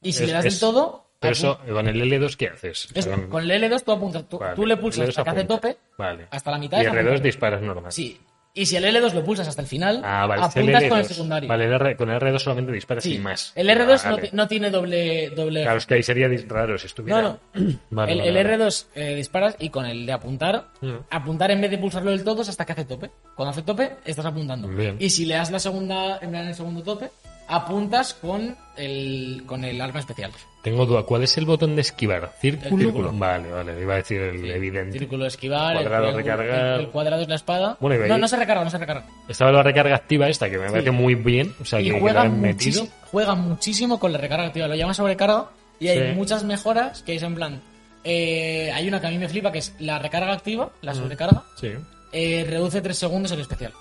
C: Y si
B: Es-
C: le das
B: es-
C: del todo,
B: Pero
C: apun-
B: eso, con el L2, ¿qué haces?
C: es-
B: O sea,
C: con el L2 tú apuntas, tú,
B: vale,
C: tú le pulsas
B: L2
C: hasta que hace
B: apunta.
C: tope,
B: Vale.
C: hasta la mitad
B: Y
C: es
B: R2
C: apuntar.
B: disparas normal.
C: Sí. Y si el L2 lo pulsas hasta el final,
B: Ah, vale. es el
C: apuntas con el
B: L2.
C: secundario.
B: Vale, el R- con el R2 solamente disparas
C: Sí.
B: sin más.
C: El R2 no
B: Vale.
C: ti- no, tiene doble, doble
B: Claro, es que ahí sería dis- raro si estuviera.
C: No, no.
B: Vale,
C: el,
B: vale,
C: el
B: vale.
C: R2 eh, disparas y con el de apuntar,
B: Mm.
C: apuntar en vez de pulsarlo del todo es hasta que hace tope. Cuando hace tope, estás apuntando.
B: Bien.
C: Y si le das la segunda, en plan, el segundo tope, apuntas con el, con el arma especial.
B: Tengo duda. ¿Cuál es el botón de esquivar? ¿Círculo?
C: El círculo.
B: Vale, vale. Iba a decir el evidente.
C: Círculo de esquivar,
B: Cuadrado,
C: el, triángulo-
B: recargar.
C: el- el cuadrado es la espada.
B: Bueno, y veis-
C: no, no se recarga, no se recarga.
B: Estaba la recarga activa esta, que me parece muy bien. O sea,
C: y
B: que
C: juega,
B: la han
C: muchísimo, juega muchísimo con la recarga activa. Lo llama sobrecarga y hay
B: Sí.
C: muchas mejoras que es en plan. eh, hay una que a mí me flipa que es la recarga activa,
B: Mm.
C: la sobrecarga.
B: Sí.
C: eh, reduce 3 segundos el especial.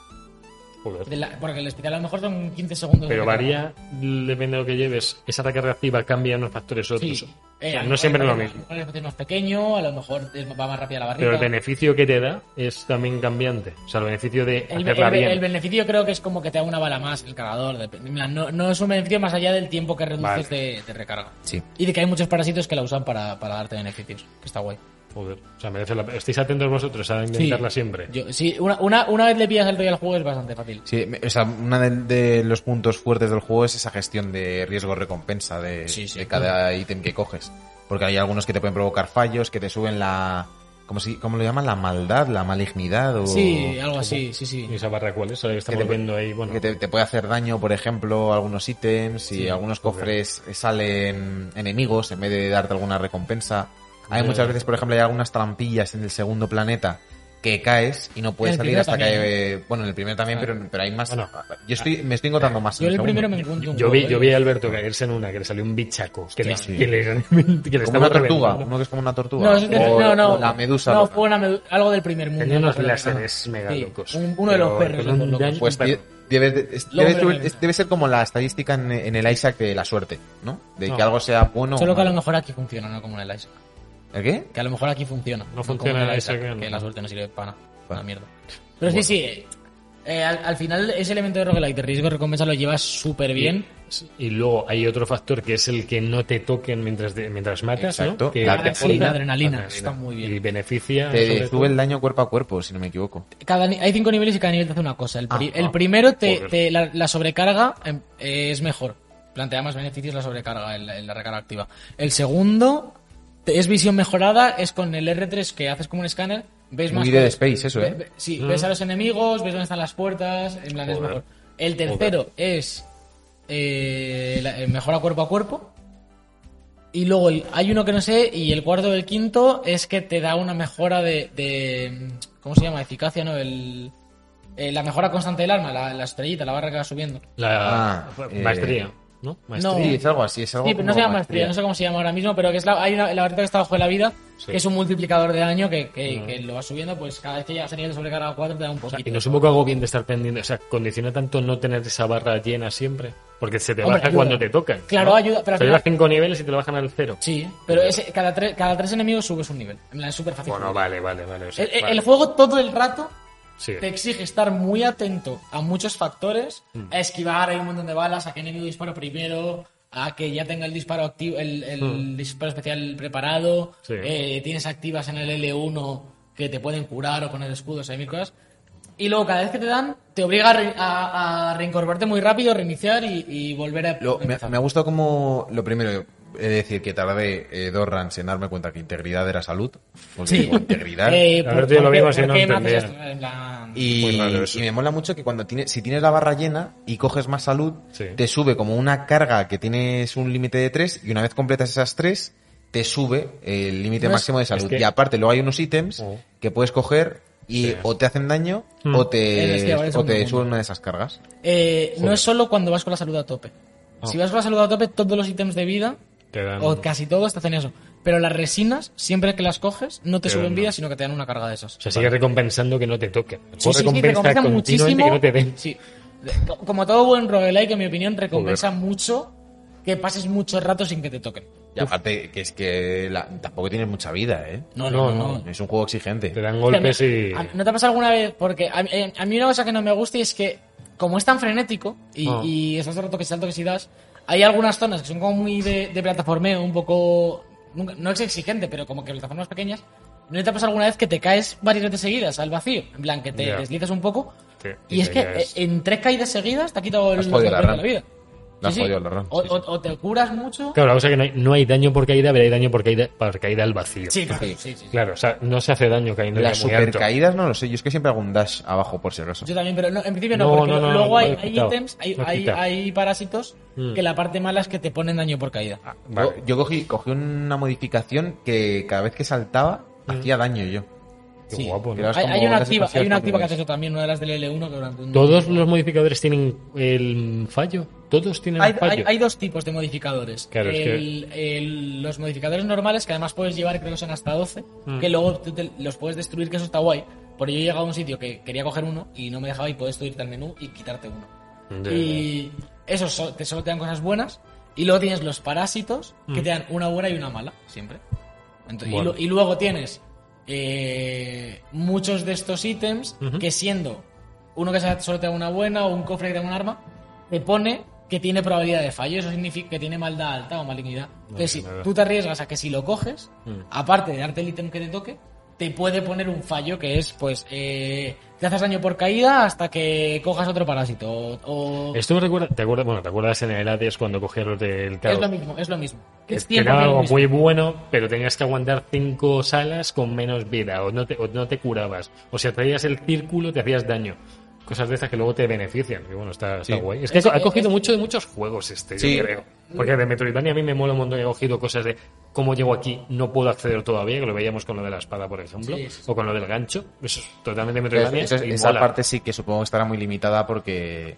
B: Joder.
C: De la- porque el especial a lo mejor son 15 segundos.
B: Pero
C: de
B: varía, depende de lo que lleves. Esa recarga activa cambia unos factores u
C: Sí.
B: otros.
C: Eh,
B: O sea,
C: a
B: no
C: mejor
B: siempre es lo
C: el-
B: mismo.
C: A lo mejor el especial es más pequeño, a lo mejor es- va más rápida la barriga.
B: Pero el beneficio que te da es también cambiante. O sea, el beneficio de
C: El-
B: hacerla
C: el-
B: bien.
C: el beneficio creo que es como que te da una bala más el cargador. dep- en plan, No, no es un beneficio más allá del tiempo que
B: Vale.
C: reduces de, de recarga.
D: Sí.
C: Y de que hay muchos parásitos que la usan para, para darte beneficios. Que está guay.
B: Joder. O sea, merece la... Estáis atentos vosotros a intentarla siempre.
C: Yo- sí, una, una, una vez le pillas el rollo al juego es bastante fácil.
D: Sí, me- o sea, uno de, de los puntos fuertes del juego es esa gestión de riesgo-recompensa de,
C: Sí, sí.
D: de cada ítem que coges. Porque hay algunos que te pueden provocar fallos, que te suben la... ¿Cómo, si, cómo lo llaman? La maldad, la malignidad o...
C: Sí,
B: Oh.
C: algo así, sí, sí.
B: ¿Y esa barra cuál es? Ahora que estamos
D: Que te-
B: viendo ahí, bueno.
D: Que te, te puede hacer daño, por ejemplo, algunos ítems y
B: Sí,
D: algunos cofres salen enemigos en vez de darte alguna recompensa. Hay
B: Ya.
D: muchas veces, por ejemplo, hay algunas trampillas en el segundo planeta que caes y no
C: En
D: puedes
C: el
D: salir
C: primero
D: hasta
C: también,
D: que... eh, Bueno, en el primero también, pero, pero hay más...
B: Bueno.
D: yo estoy, me estoy engotando más.
C: eh, Yo
D: en
C: el
D: segundo.
C: primero me encuentro un
B: Yo vi,
C: huevo,
B: yo
C: ¿eh?
B: vi a Alberto caerse en una que le salió un bichaco. Que le,
C: Hostia.
B: que le, que le
D: Como
B: estaba
D: una tortuga,
B: reventando.
D: uno que es como una tortuga.
C: No, es de-
D: O-
C: no, no.
D: o La medusa.
C: No,
D: loca.
C: fue una medu- algo del primer mundo.
B: Tenía unos
C: Pero-
B: láseres
C: sí,
B: mega locos.
C: un- uno de los
B: Pero
C: perros.
B: con un
C: locos.
B: daño-
D: Pues
B: Perdón.
D: tie- debe, de- es-
C: Luego
D: debe
C: me
D: tu-
C: lo invento.
D: es- debe ser como la estadística en, en el Isaac de la suerte, ¿no? De que
B: No.
D: algo sea bueno. o
C: Solo que a lo
D: malo.
C: mejor aquí funciona, no como en el Isaac.
D: ¿El qué?
C: Que a lo mejor aquí funciona. como
B: funciona
C: en
B: el Isaac,
C: que
B: no.
C: la suerte no sirve para nada. Una
D: Vale.
C: mierda. Pero sí, sí. eh, al, al final, ese elemento de roguelite de riesgo y recompensa lo llevas súper bien.
B: Y luego hay otro factor que es el que no te toquen mientras, de- mientras matas,
D: Exacto.
B: ¿no? Que
D: La
B: te
D: adrenalina.
B: aporta-
C: La adrenalina, está muy bien.
B: Y
C: Ah,
B: beneficia. sobre
D: Te
B: todo.
D: sube el daño cuerpo a cuerpo, si no me equivoco.
C: Cada, ni- hay cinco niveles y cada nivel te hace una cosa. El, pri-
D: Ajá.
C: el primero, te,
B: Joder.
C: te- la, la sobrecarga em, eh, es mejor. Plantea más beneficios la sobrecarga, el- el- la recarga activa. El segundo te- es visión mejorada, es con el R3 que haces como un escáner. Ves
D: Muy
C: más
D: Dead
C: cosas.
D: Space, eso,
C: Ve-
D: ¿eh?
C: ve- sí, ves a los enemigos, ves dónde están las puertas, en plan es
B: Joder.
C: mejor. El tercero es eh, la- eh, mejora cuerpo a cuerpo. Y luego el- hay uno que no sé, y el cuarto o el quinto es que te da una mejora de. de, ¿Cómo se llama? Eficacia, ¿no? El, eh, la mejora constante del arma, la, la estrellita, la barra que va subiendo.
B: La
D: Ah,
B: maestría,
D: eh,
B: ¿no?
C: No.
D: Sí, es algo así, es algo
C: Sí, pero no se
D: como
C: llama maestría, no sé cómo se llama ahora mismo, pero que es la, hay una, la barrita que está bajo de la vida,
B: Sí.
C: que es un multiplicador de daño que, que-
B: Ah.
C: que lo va subiendo, pues cada vez que llegas a nivel de sobrecarga 4 te da un
B: O sea,
C: poquito.
B: y no es un poco agobien de estar pendiente. O sea, condiciona tanto no tener esa barra llena siempre. Porque se te
C: Hombre,
B: baja
C: ayuda.
B: cuando te tocan.
C: Claro,
B: ¿no?
C: ayuda, pero
B: O sea,
C: al final-
B: llevas cinco niveles y te lo bajan al cero.
C: Sí, pero ese, cada, tres, cada tres enemigos subes un nivel. En plan, es súper fácil.
B: Bueno, vale, vale, vale. o sea,
C: el, el-
B: vale.
C: el juego todo el rato
B: Sí.
C: te exige estar muy atento a muchos factores,
B: Mm.
C: a esquivar, hay un montón de balas, a qué enemigo disparo primero, a que ya tenga el disparo activo, el, el disparo especial preparado,
B: Mm. Sí.
C: eh, tienes activas en el L1 que te pueden curar o poner escudos, hay mil cosas. Y luego cada vez que te dan, te obliga a, re- a- a reincorporarte muy rápido, reiniciar y, y volver a...
D: Lo- me,
C: empezar.
D: me ha gustado como lo primero, He de decir que tardé eh, dos runs en darme cuenta que integridad era salud. Porque
C: Sí.
D: digo, integridad.
C: Eh,
B: Alberto, yo lo
C: qué-
B: mismo, si no
C: qué me haces
B: entendía.
C: esto? En plan-
D: Y,
B: Muy raro eso.
D: y me mola mucho que cuando tienes, si tienes la barra llena y coges más salud,
B: Sí.
D: te sube como una carga que tienes un límite de 3 y una vez completas esas 3, te sube el límite
C: No es-
D: máximo de salud.
B: es que-
D: Y aparte luego hay unos ítems
B: Oh.
D: que puedes coger y
B: Sí.
D: o te hacen daño
B: Hmm.
D: o
C: Eh, es que
D: te,
C: ahora es
D: o
C: un
D: te
C: mundo.
D: suben una de esas cargas.
C: Eh, no
B: Joder.
C: es solo cuando vas con la salud a tope.
D: Oh.
C: Si vas con la salud a tope, todos los ítems de vida,
B: Te dan-
C: o casi todos, te hacen eso. Pero las resinas, siempre que las coges, no te
B: Te dan
C: suben vida,
B: más.
C: sino que te dan una carga de esas.
B: O sea, sigue recompensando que no te toque. El
C: Sí,
B: juego
C: sí, sí,
B: recompensa
C: recompensa
B: continuamente
C: muchísimo.
B: que no te den.
C: Sí. Como todo buen roguelike, en mi opinión, recompensa mucho que pases mucho rato sin que te toquen.
D: Y aparte que es que la- tampoco tienes mucha vida, ¿eh?
C: No, no, no. no.
D: Es un juego exigente.
B: Te dan golpes y.
C: A- ¿No te ha pasado alguna vez? Porque a, eh, a mí una cosa que no me gusta y es que, como es tan frenético y,
B: Ah.
C: y estás todo el rato que salto que si das, hay algunas zonas que son como muy de, de plataformeo, un poco. nunca- No es exigente, pero como que plataformas pequeñas. ¿No te ha pasado alguna vez que te caes varias veces seguidas al vacío? En plan, que te
B: Ya.
C: deslizas un poco.
B: Sí,
C: y
B: y
C: es
B: te
C: que
B: caes.
C: eh, en tres caídas seguidas te ha quitado el
D: Has jodido
C: la
D: la run.
C: vida.
D: La has
C: Sí, sí.
D: jodido la run,
C: O,
D: sí, sí.
C: o- o te curas mucho.
B: Claro, la cosa es que no hay, no hay daño por caída, pero hay daño por caída, por caída al vacío.
C: Sí, claro,
D: Sí.
C: sí, sí, sí.
B: Claro, o sea, no se hace daño cayendo
D: Las
B: ya muy alto.
D: super caídas no lo sé. Yo es que siempre hago un dash abajo por si acaso.
C: Yo también, pero no, en principio no,
B: No,
C: porque
B: no, no,
C: luego
B: no,
C: hay,
B: lo he
C: hay
B: quitado,
C: ítems, hay,
B: lo he
C: hay-
B: quitado.
C: hay parásitos
B: Mm. Ah,
C: que la parte mala es que te ponen daño por caída.
B: Vale.
D: Ah, Yo, yo cogí, cogí una modificación que cada vez que saltaba
C: Mm.
D: hacía daño yo.
B: Qué
C: sí.
B: guapo, ¿no?
D: Pero-
C: Hay,
D: como
C: hay una
D: las
C: activa, hay
D: espacios
C: una activa que
D: rápidas.
C: hace eso también, una de las del L1 que durante un-
B: ¿Todos los modificadores tienen el fallo? ¿Todos tienen
C: hay,
B: el fallo?
C: hay- hay dos tipos de modificadores.
B: Claro, es que-
C: El- el- los modificadores normales, que además puedes llevar, creo que son hasta 12,
B: Mm.
C: que luego tú te- los puedes destruir, que eso está guay. Porque yo he llegado a un sitio que quería coger uno y no me dejaba y puedes tú irte al menú y quitarte uno.
B: Ya,
C: Y esos so- te, solo te dan cosas buenas. Y luego tienes los parásitos, que
B: Mm.
C: te dan una buena y una mala, siempre. Ento- y
B: Bueno.
C: lu- y, luego tienes eh, muchos de estos ítems
B: Ujú.
C: que siendo uno que sea- solo te da una buena o un cofre que te da un arma, te pone que tiene probabilidad de fallo. Eso significa que tiene maldad alta o malignidad. Entonces, si
B: tiene nada.
C: tú te arriesgas a que si lo coges,
B: Mm.
C: aparte de darte el ítem que te toque, te puede poner un fallo que es, pues, eh, te haces daño por caída hasta que cojas otro parásito. O, o-
B: Esto me recuerda, ¿te acuerdas? Bueno, ¿te acuerdas en el Hades cuando cogías los del caos?
C: Es lo mismo, es lo mismo.
B: Que
C: Es
B: que
C: tiempo
B: era
C: que es lo
B: algo
C: mismo.
B: muy bueno, pero tenías que aguantar cinco salas con menos vida, o no te, o no te curabas. O si traías el círculo, te hacías daño. Cosas de estas que luego te benefician. Y bueno, está, está
D: Sí.
B: guay. Es que
C: Es-
B: ha
C: es-
B: cogido
C: es-
B: mucho de muchos juegos este,
D: Sí.
B: yo creo. Porque de Metroidvania a mí me mola un montón. He cogido cosas de cómo llego aquí, no puedo acceder todavía, que lo veíamos con lo de la espada, por ejemplo,
C: Sí, sí, sí.
B: o con lo del gancho. Eso es totalmente
D: Entonces,
B: Metroidvania.
D: esa-
B: y
D: esa
B: mola.
D: parte sí que supongo que estará muy limitada porque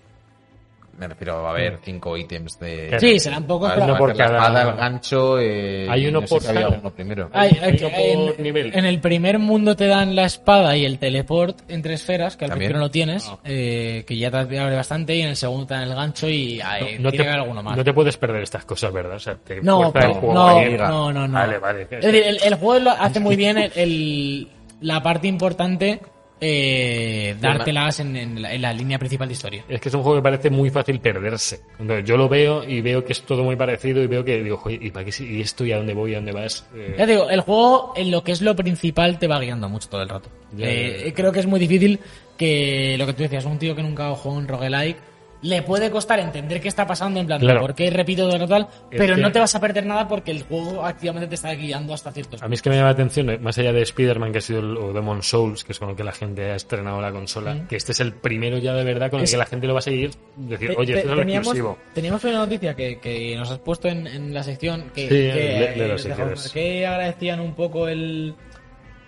D: me refiero a haber cinco ítems de
C: Sí, serán pocos,
D: Vale,
C: pero-
B: Uno
D: hacer
B: Mm. por
D: la
B: cada-
D: espada, el gancho eh,
B: Hay uno
D: no sé
B: por
D: si había
B: cada-
D: uno primero
C: Ay, ay,
B: Uno
C: que
B: por
C: en,
B: nivel.
C: en el primer mundo te dan la espada y el teleport entre esferas, que al
D: También.
C: principio no lo tienes,
B: Ah.
C: eh, que ya te abre bastante, y en el segundo te dan el gancho y ay,
B: No, no
C: Eh, tiene
B: te,
C: que haber alguno más.
B: no te puedes perder estas cosas, ¿verdad? O sea, te
C: No,
B: fuerza el
C: pero-
B: juego
C: no,
B: a ir.
C: no, no, no.
B: Vale, vale.
C: Es decir, el, el juego lo hace muy bien el- el- la parte importante, eh, dártelas en, en la, en la línea principal de historia.
B: Es que es un juego que parece muy fácil perderse. Entonces, yo lo veo y veo que es todo muy parecido y veo que digo, "Joder, ¿y para qué si- y esto y a dónde voy, a dónde vas? Eh,
C: Ya te digo, el juego en lo que es lo principal te va guiando mucho todo el rato.
B: Ya,
C: Eh,
B: ya, ya.
C: Creo que es muy difícil que lo que tú decías, un tío que nunca ha jugado un roguelike, le puede costar entender qué está pasando en plan,
B: Claro.
C: ¿por qué repito todo el rato tal? Pero
B: que-
C: no te vas a perder nada porque el juego activamente te está guiando hasta ciertos
B: a mí es que me llama la atención, eh, más allá de Spider-Man, que ha sido el, o Demon Souls, que es con el que la gente ha estrenado la consola, que este es el primero ya de verdad con el
C: Es-
B: que la gente lo va a seguir. Decir,
C: Te-
B: oye,
C: te-
B: esto es el
C: teníamos,
B: exclusivo.
C: teníamos una noticia que, que nos has puesto en, en la sección que,
B: Sí,
C: que,
B: lé- léelo
C: eh,
B: si
C: de-
B: quieres.
C: que agradecían un poco el,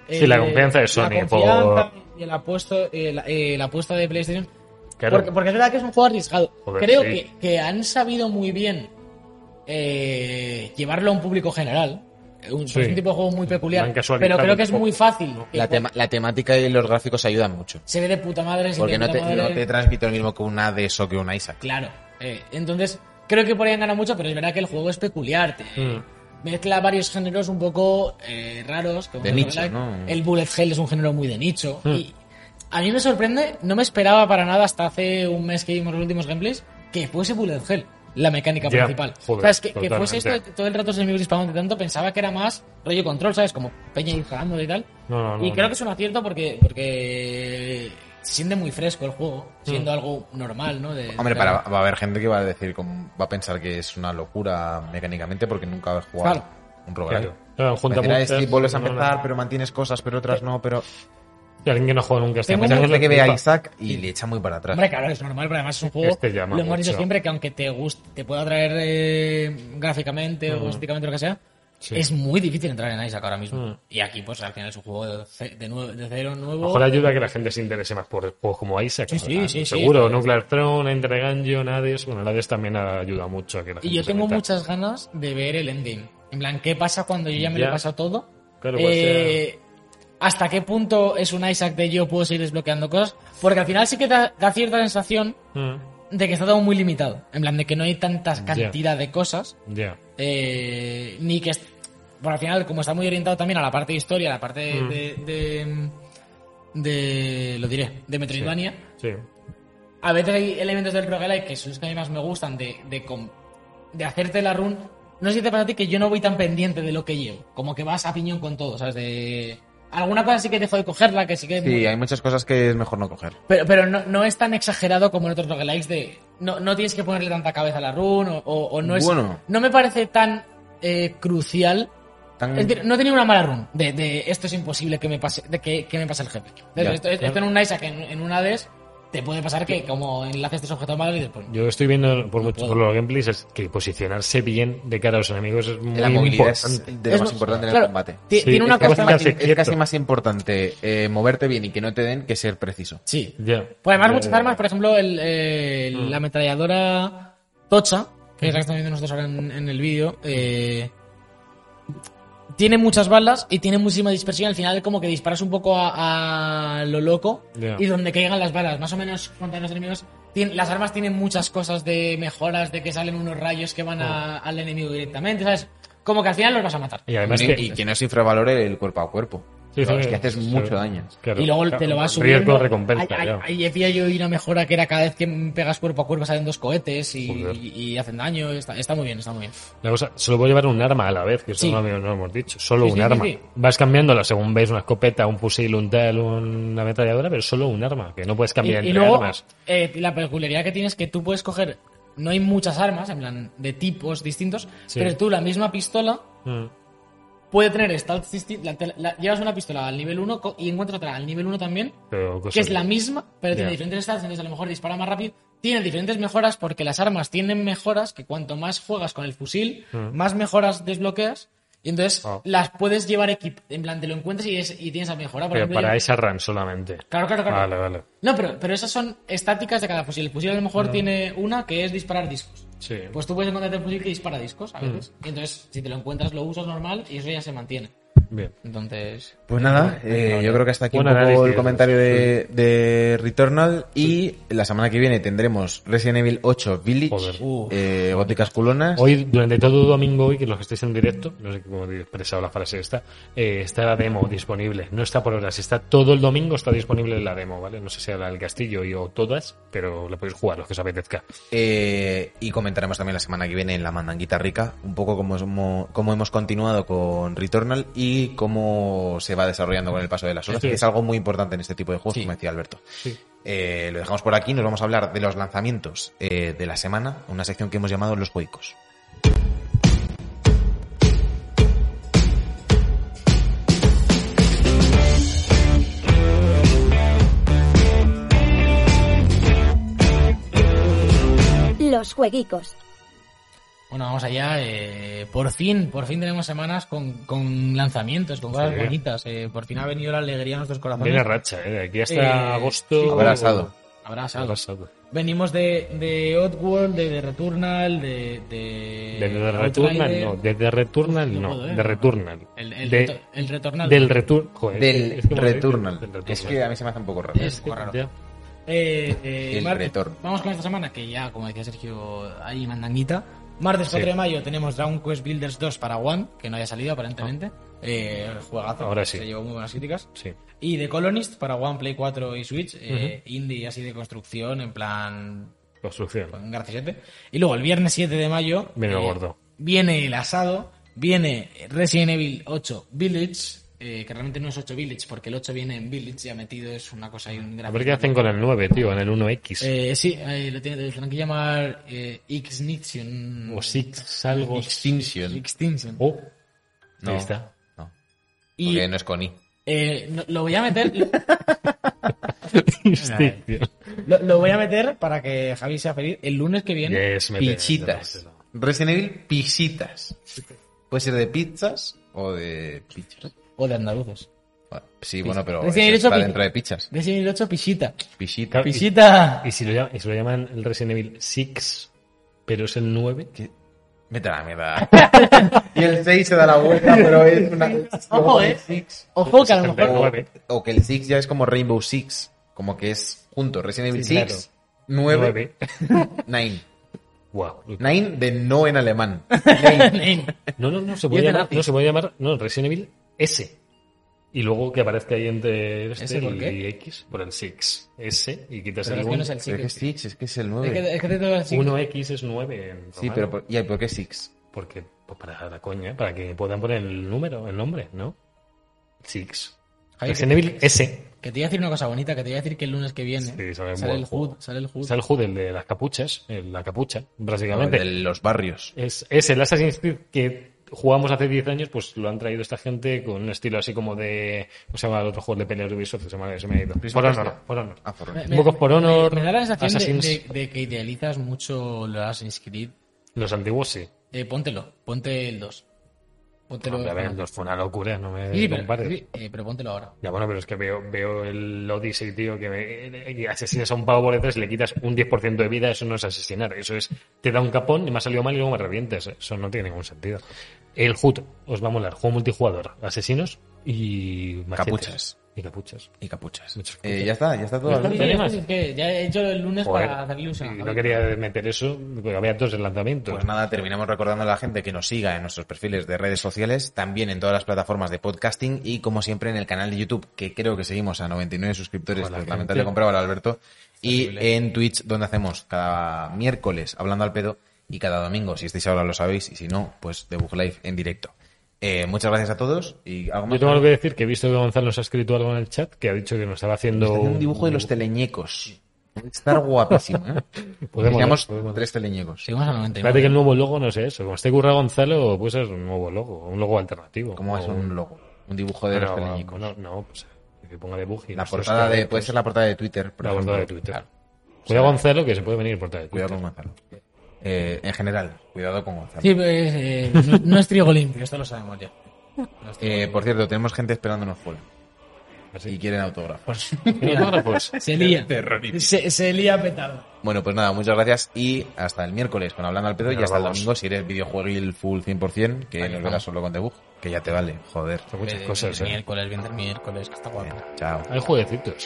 B: Sí, la confianza de Sony
C: la confianza
B: por-
C: y el apuesto, eh, la, eh, la apuesta de PlayStation
B: Claro.
C: porque, porque es verdad que es un juego arriesgado
B: Joder,
C: creo
B: sí.
C: que, que han sabido muy bien eh, llevarlo a un público general un,
B: Sí.
C: es un tipo de juego muy
B: Lo han
C: peculiar
B: casualizado
C: pero creo que
B: un
C: es
B: poco.
C: muy fácil que
D: la,
C: cu-
D: tema- la temática y los gráficos ayudan mucho
C: se ve de puta madre se
D: porque
C: ve de
D: no te,
C: puta madre.
D: no te transmite lo mismo que un Hades o que un Isaac
C: Claro. eh, entonces, creo que por ahí han ganado mucho, pero es verdad que el juego es peculiar. te-
B: Mm.
C: Mezcla varios géneros un poco eh, raros. como
D: De
C: el
D: nicho,
C: roguelike.
D: ¿no?
C: El bullet hell es un género muy de nicho.
B: Mm.
C: Y a mí me sorprende, no me esperaba para nada hasta hace un mes que vimos los últimos gameplays, que fuese bullet hell la mecánica
B: Ya,
C: principal.
B: joder,
C: o sea, es que, que
B: totalmente.
C: fuese esto de todo el rato se me disparando tanto, pensaba que era más rollo control, ¿sabes? Como peña disparando y tal.
B: No, no, no,
C: y creo
B: no.
C: que es un acierto porque, porque se siente muy fresco el juego, siendo
B: Hmm.
C: algo normal, ¿no? De- de-
D: Hombre, para, va a haber gente que va a decir, como- va a pensar que es una locura mecánicamente porque nunca va a jugar
C: Claro.
D: un roguelike.
B: Claro. Claro, junta
D: Meter a
B: muchas-
D: Steve, vuelves a
B: no, no.
D: empezar, pero mantienes cosas, pero otras no, pero
B: Y alguien que no juega nunca a este
C: Tengo
B: juego.
D: hay
C: Claro,
D: gente que ve a
B: Flipa.
D: Isaac y le echa muy para atrás.
C: Hombre, claro, es normal, pero además es un juego.
B: Este llama
C: lo hemos dicho
B: mucho.
C: siempre que aunque te guste, te pueda atraer eh, gráficamente o estéticamente lo que sea,
B: Hmm. Sí.
C: es muy difícil entrar en Isaac ahora mismo.
B: Mm.
C: Y aquí, pues al final es un juego de, ce- de, nuevo- de cero
B: A
C: nuevo.
B: lo mejor ayuda a que la gente se interese más por juegos como Isaac.
C: Sí, sí,
B: Ah,
C: sí, sí.
B: Seguro, Nuclear Throne, Enter Gungeon, Hades. Bueno, el Hades también ayuda mucho a que la gente
C: Y yo
B: se
C: tengo
B: meta.
C: muchas ganas de ver el endgame. En plan, ¿qué pasa cuando yo ya me lo
B: Ya.
C: he pasado todo?
B: Claro, pues,
C: Eh, ¿Hasta qué punto es un Isaac de yo puedo seguir desbloqueando cosas? Porque al final sí que da, da cierta sensación
B: Mm,
C: de que está todo muy limitado. En plan, de que no hay tanta cantidad de cosas.
B: Ya.
C: eh, ni que. est- Por al final, como está muy orientado también a la parte de historia, a la parte de.
B: Mm.
C: de- de- de- lo diré, de Metroidvania.
B: Sí.
C: A veces hay elementos del roguelike que son los que a mí más me gustan de, de, com- de hacerte la run. No sé si te pasa a ti que yo no voy tan pendiente de lo que llevo. Como que vas a piñón con todo, ¿sabes? De... Alguna cosa sí que dejo de cogerla, que sí que...
D: Sí, hay muchas cosas que es mejor no coger.
C: Pero, pero no, no es tan exagerado como en otros roguelikes de... No, no tienes que ponerle tanta cabeza a la run o, o- o no es...
D: Bueno.
C: No me parece tan eh, crucial.
D: Tan-
C: Es decir, no he tenido una mala run de, de esto es imposible que me pase, de que, que me pase el jefe. De-
D: Ya,
C: esto, esto en un Isaac, en, en un Hades, te puede pasar que como enlaces este objeto malo y después...
B: Yo estoy viendo por, mucho,
C: puedo.
B: por los gameplays es que posicionarse bien de cara a los enemigos es muy
D: la movilidad es
B: importante.
D: de lo
C: Es
D: más
C: mu-
D: importante en el
C: claro,
D: combate.
C: ti-
B: Sí,
C: tiene una
D: es, casi
C: cosa
B: bastante-
D: más,
B: casi
D: es
B: quieto.
D: casi más importante eh, moverte bien y que no te den que ser preciso.
C: Sí.
B: Ya.
C: Pues además
B: Ya,
C: muchas
B: ya, Mm.
C: armas,
B: ya.
C: por ejemplo, el, eh, el- la ametralladora Tocha, que es
B: Mm.
C: la que estamos viendo nosotros ahora en, en el vídeo, eh, tiene muchas balas y tiene muchísima dispersión. Al final como que disparas un poco a, a lo loco
B: Ya.
C: y donde caigan las balas, más o menos contra los enemigos. tien- las armas tienen muchas cosas de mejoras, de que salen unos rayos que
B: Oh.
C: van a- al enemigo directamente, ¿sabes? Como que al final los vas a matar.
B: Y además
D: y,
B: que...
D: y que no se infravalore el cuerpo a cuerpo.
B: Sí, sí,
D: Claro, es que
B: sí,
D: haces
B: sí,
D: mucho
B: claro.
D: daño.
B: Claro.
C: y luego te
B: Claro,
C: lo vas subiendo.
B: Riesgo, recompensa,
C: Ahí-
B: claro.
C: ahí- ahí decía yo y una mejora que era cada vez que pegas cuerpo a cuerpo salen dos cohetes y,
B: Joder.
C: y hacen daño. Está, está muy bien, está muy bien.
B: La cosa, solo puedo llevar un arma a la vez, que eso
C: Sí.
B: no, lo- no lo hemos dicho. Solo
C: Sí,
B: un
C: sí, sí,
B: arma.
C: sí.
B: Vas cambiándola según veis una escopeta, un fusil, un tal, una ametralladora, pero solo un arma, que no puedes
C: Y,
B: cambiar
C: y
B: entre
C: luego,
B: armas.
C: eh, la peculiaridad que tienes es que tú puedes coger, no hay muchas armas, en plan, de tipos distintos,
B: Sí.
C: pero tú la misma pistola
B: Mm.
C: puede tener stats distintas. Llevas una pistola al nivel 1 co- y encuentras otra al nivel 1 también,
B: Pero cosas
C: que es la
B: de-
C: misma, pero tiene
B: Pues Ya.
C: diferentes stats, entonces a lo mejor dispara más rápido. Tiene diferentes mejoras porque las armas tienen mejoras que cuanto más juegas con el fusil, más mejoras desbloqueas. Y entonces
B: Mm. Ah.
C: las puedes llevar equip en plan, te lo encuentras y, es- y tienes a mejorar. Por
B: Pero
C: ejemplo,
B: para
C: yo-
B: esa RAM solamente.
C: Claro, claro, claro.
B: Vale, vale.
C: No, pero, pero esas son estáticas de cada fusil. El fusil a lo mejor tiene una que es disparar discos.
B: Sí. Mm.
C: Pues tú puedes encontrarte el fusil que dispara discos a veces. Y entonces, si te lo encuentras, lo usas normal y eso ya se mantiene.
B: Bien.
C: Entonces.
D: Pues nada, eh, yo creo que hasta aquí
B: Buen
D: un poco
B: análisis.
D: el comentario de, de Returnal. Y la semana que viene tendremos Resident Evil 8
B: Joder.
D: Village, eh, Góticas Culonas.
B: Hoy, durante todo Domingo, hoy, que los que estéis en directo, no sé cómo he expresado la frase esta, eh, está la demo disponible. No está por horas, está todo el domingo, está disponible la demo, ¿vale? No sé si la del castillo y o todas, pero la podéis jugar, los que os apetezca.
D: Eh, y comentaremos también la semana que viene en la mandanguita rica, un poco cómo, somos- cómo hemos continuado con Returnal y cómo se va desarrollando con el paso de las horas,
B: Eso
D: que
B: es.
D: es algo muy importante en este tipo de juegos,
C: Sí.
D: como decía Alberto. Eh, lo dejamos por aquí, nos vamos a hablar de los lanzamientos eh, de la semana, una sección que hemos llamado Los Juegos.
E: Los jueguicos.
C: Bueno, vamos allá. eh, por fin, por fin tenemos semanas con, con lanzamientos, con cosas
B: Sí.
C: bonitas. eh, por fin ha venido la alegría a nuestros corazones.
B: Viene racha, ¿eh? De aquí hasta
C: Eh, sí.
B: agosto.
D: Abrazado.
C: Habrá algo.
B: Abrazado.
C: Venimos de, de Oddworld, de, The Returnal, de. De,
D: Eh,
B: Desde de Returnal,
C: Outrider,
B: no. Desde Returnal,
C: No
B: no.
C: puedo, eh.
B: De Returnal.
C: El, el,
B: De-
C: retor- el Returnal.
B: Del Return. joder,
D: Del
B: es que me lo he dicho,
D: Returnal.
B: del Returnal. Este
D: Es que a mí se me hace un poco raro.
C: Es- poco raro.
B: Ya.
C: Eh, eh,
D: El
C: martes-
D: retorno.
C: Vamos con esta semana, que ya, como decía Sergio, hay mandanguita. Martes 4
B: Sí.
C: de mayo tenemos Dragon Quest Builders 2 para One, que no haya salido aparentemente. Eh, el juegazo,
B: Ahora
C: que
B: sí.
C: se llevó muy buenas críticas.
B: Sí.
C: Y The Colonist para One, Play 4 y Switch. eh, Indie así de construcción, en plan pues,
B: Construcción.
C: con Garcesete. Y luego el viernes 7 de mayo. eh,
B: Viene lo gordo.
C: Viene el asado. Viene Resident Evil 8 Village. eh, que realmente no es 8 Village, porque el 8 viene en Village ya metido, es una cosa y un gran...
B: A ver qué hacen con el 9, tío, en el 1X.
C: Eh, sí, eh, lo tiene- lo tienen que llamar eh, Xnition.
B: o Six, algo.
D: Extinction.
C: Extinction.
B: Oh,
D: No,
B: ahí está.
D: No,
C: y
D: porque no es con I.
C: eh, no- lo voy a meter...
B: Extinction.
C: Lo, lo voy a meter para que Javi sea feliz el lunes que viene.
B: Yes, me
D: Pichitas. Resident Evil, pichitas. Puede ser de pizzas o de pichas.
C: O de andaluces.
D: Bueno, Sí, bueno, pero
C: Resident Evil
D: eso está
C: pi-
D: dentro de pichas.
C: Resident Evil 8, pisita.
D: Pichita.
B: Pi-
C: Pisita.
B: ¿Y si, lo llaman, y si lo llaman el Resident Evil 6, pero es el 9?
D: ¿Qué? Vete a la mierda. y el 6 se da la vuelta, pero es una...
C: Ojo, eh. Ojo, que a lo mejor.
B: 9.
D: O que el 6 ya es como Rainbow Six. Como que es junto. Resident Evil
B: Sí,
D: 6, 9, 9.
B: Wow.
D: 9 de no en alemán. Nine.
B: No, no, no se puede
C: Y es de
B: llamar,
C: nazis.
B: no se puede llamar, no, Resident Evil S. Y luego que aparezca ahí entre este
C: ¿S por qué?
B: y X, por el 6. S y quitas
C: Pero
B: el
C: es que no es
B: 1.
C: el
D: Pero que es
C: 6.
D: 6, es que es el
C: Es
D: 9.
C: que, es que te tengo que decir.
B: 1X es 9 en
D: Sí,
B: romano.
D: pero... por- ¿Y por qué 6?
B: Porque, pues para la coña, para que puedan poner el número, el nombre, ¿no? Six.
C: Javi,
B: Resident Evil S.
C: Que te voy a decir una cosa bonita, que te voy a decir que el lunes que viene
B: Sí, sale
C: sale
B: un
C: el
B: buen
C: HUD,
B: juego.
C: sale el HUD.
B: Está el HUD, el de las capuchas, el- la capucha, básicamente.
D: De los barrios.
B: Es, es el Assassin's Creed que jugamos hace 10 años, pues lo han traído esta gente con un estilo así como de. ¿Cómo se llama el otro juego de pelea de Ubisoft? Se me, ha- se me ha ido.
D: Prince of
B: Por
D: Persia.
B: honor, por honor.
D: Ah, por-
C: Me-
B: Un poco por honor,
C: Me, me da la sensación de-
B: Assassin's.
C: de, de que idealizas mucho los Assassin's Creed.
B: Los antiguos sí.
C: Eh, póntelo, ponte el 2. Póntelo.
B: Hombre, a ver, los fue una locura, no me
C: eh, Sí, sí, pero,
B: compares.
C: sí, eh, pero póntelo ahora.
B: Ya bueno, pero es que veo, veo el Odyssey, tío, que, me- que asesinas a un pavo por detrás y le quitas un 10% de vida, eso no es asesinar, eso es, te da un capón y me ha salido mal y luego me revientes, ¿eh? eso no tiene ningún sentido. El HUD, os va a molar, juego multijugador, asesinos y machetes.
D: Capuchas.
B: Y capuchas.
D: Y capuchas.
B: Muchas
D: Eh,
B: capuchas.
D: ya está, ya está todo.
B: Ya está.
D: Alberto.
C: Sí,
B: temas?
C: es que ya he hecho el lunes
B: Joder.
C: para hacer ilusión.
B: Y
C: Javi.
B: no quería meter eso, porque había dos lanzamientos.
D: Pues nada, terminamos recordando a la gente que nos siga en nuestros perfiles de redes sociales, también en todas las plataformas de podcasting y como siempre en el canal de YouTube, que creo que seguimos a 99 suscriptores,
B: Ojalá,
D: que
B: gente.
D: lamentable compraba al Alberto, y en Twitch, donde hacemos cada miércoles hablando al pedo y cada domingo, si estáis ahora lo sabéis, y si no, pues The Book Live en directo. Eh, muchas gracias a todos y
B: Yo
D: algo más.
B: tengo algo que decir, que he visto que Gonzalo nos ha escrito algo en el chat, que ha dicho que nos estaba haciendo...
D: Está haciendo un dibujo de los teleñecos. Puede estar guapísimo, ¿eh?
B: Podemos,
D: Digamos,
B: podemos.
D: tres teleñecos.
C: Seguimos al 99.
B: Espérate que el nuevo logo no sé eso. Como esté curra Gonzalo, pues es un nuevo logo, un logo alternativo.
D: ¿Cómo va a ser
B: O-
D: un logo? Un dibujo de
B: Bueno,
D: los
B: bueno,
D: teleñecos.
B: no, pues que ponga de bug y
D: La
B: nosotros
D: portada
B: que-
D: de, puede ser la portada de Twitter. por
B: la
D: ejemplo.
B: portada de Twitter.
D: Claro.
B: Cuidado Gonzalo que se puede venir por de Twitter.
D: Cuidado con Gonzalo. Eh, en general, cuidado con Gonzalo.
C: Sí, pues, eh, no, no es trigo limpio, esto lo sabemos ya. No es trigo
D: Eh,
C: limpio.
D: por cierto, tenemos gente esperándonos fuera y
B: Así.
D: quieren
B: Pues,
D: autógrafos.
B: ¿Y autógrafos?
C: Se lía.
D: Terrorífico.
C: Se, se lía petado.
D: Bueno, pues nada, muchas gracias y hasta el miércoles con Hablando al Pedo y
B: Venga,
D: hasta el
B: vamos.
D: domingo si eres videojueguil full 100%, que
C: Ahí
D: nos
C: nos
D: verás
C: vamos.
D: solo con debug, que ya te vale, joder.
B: Son muchas
C: Eh,
B: cosas, eh.
C: Miércoles, viene el miércoles, que está guapo.
D: Venga, chao.
B: Hay jueguecitos.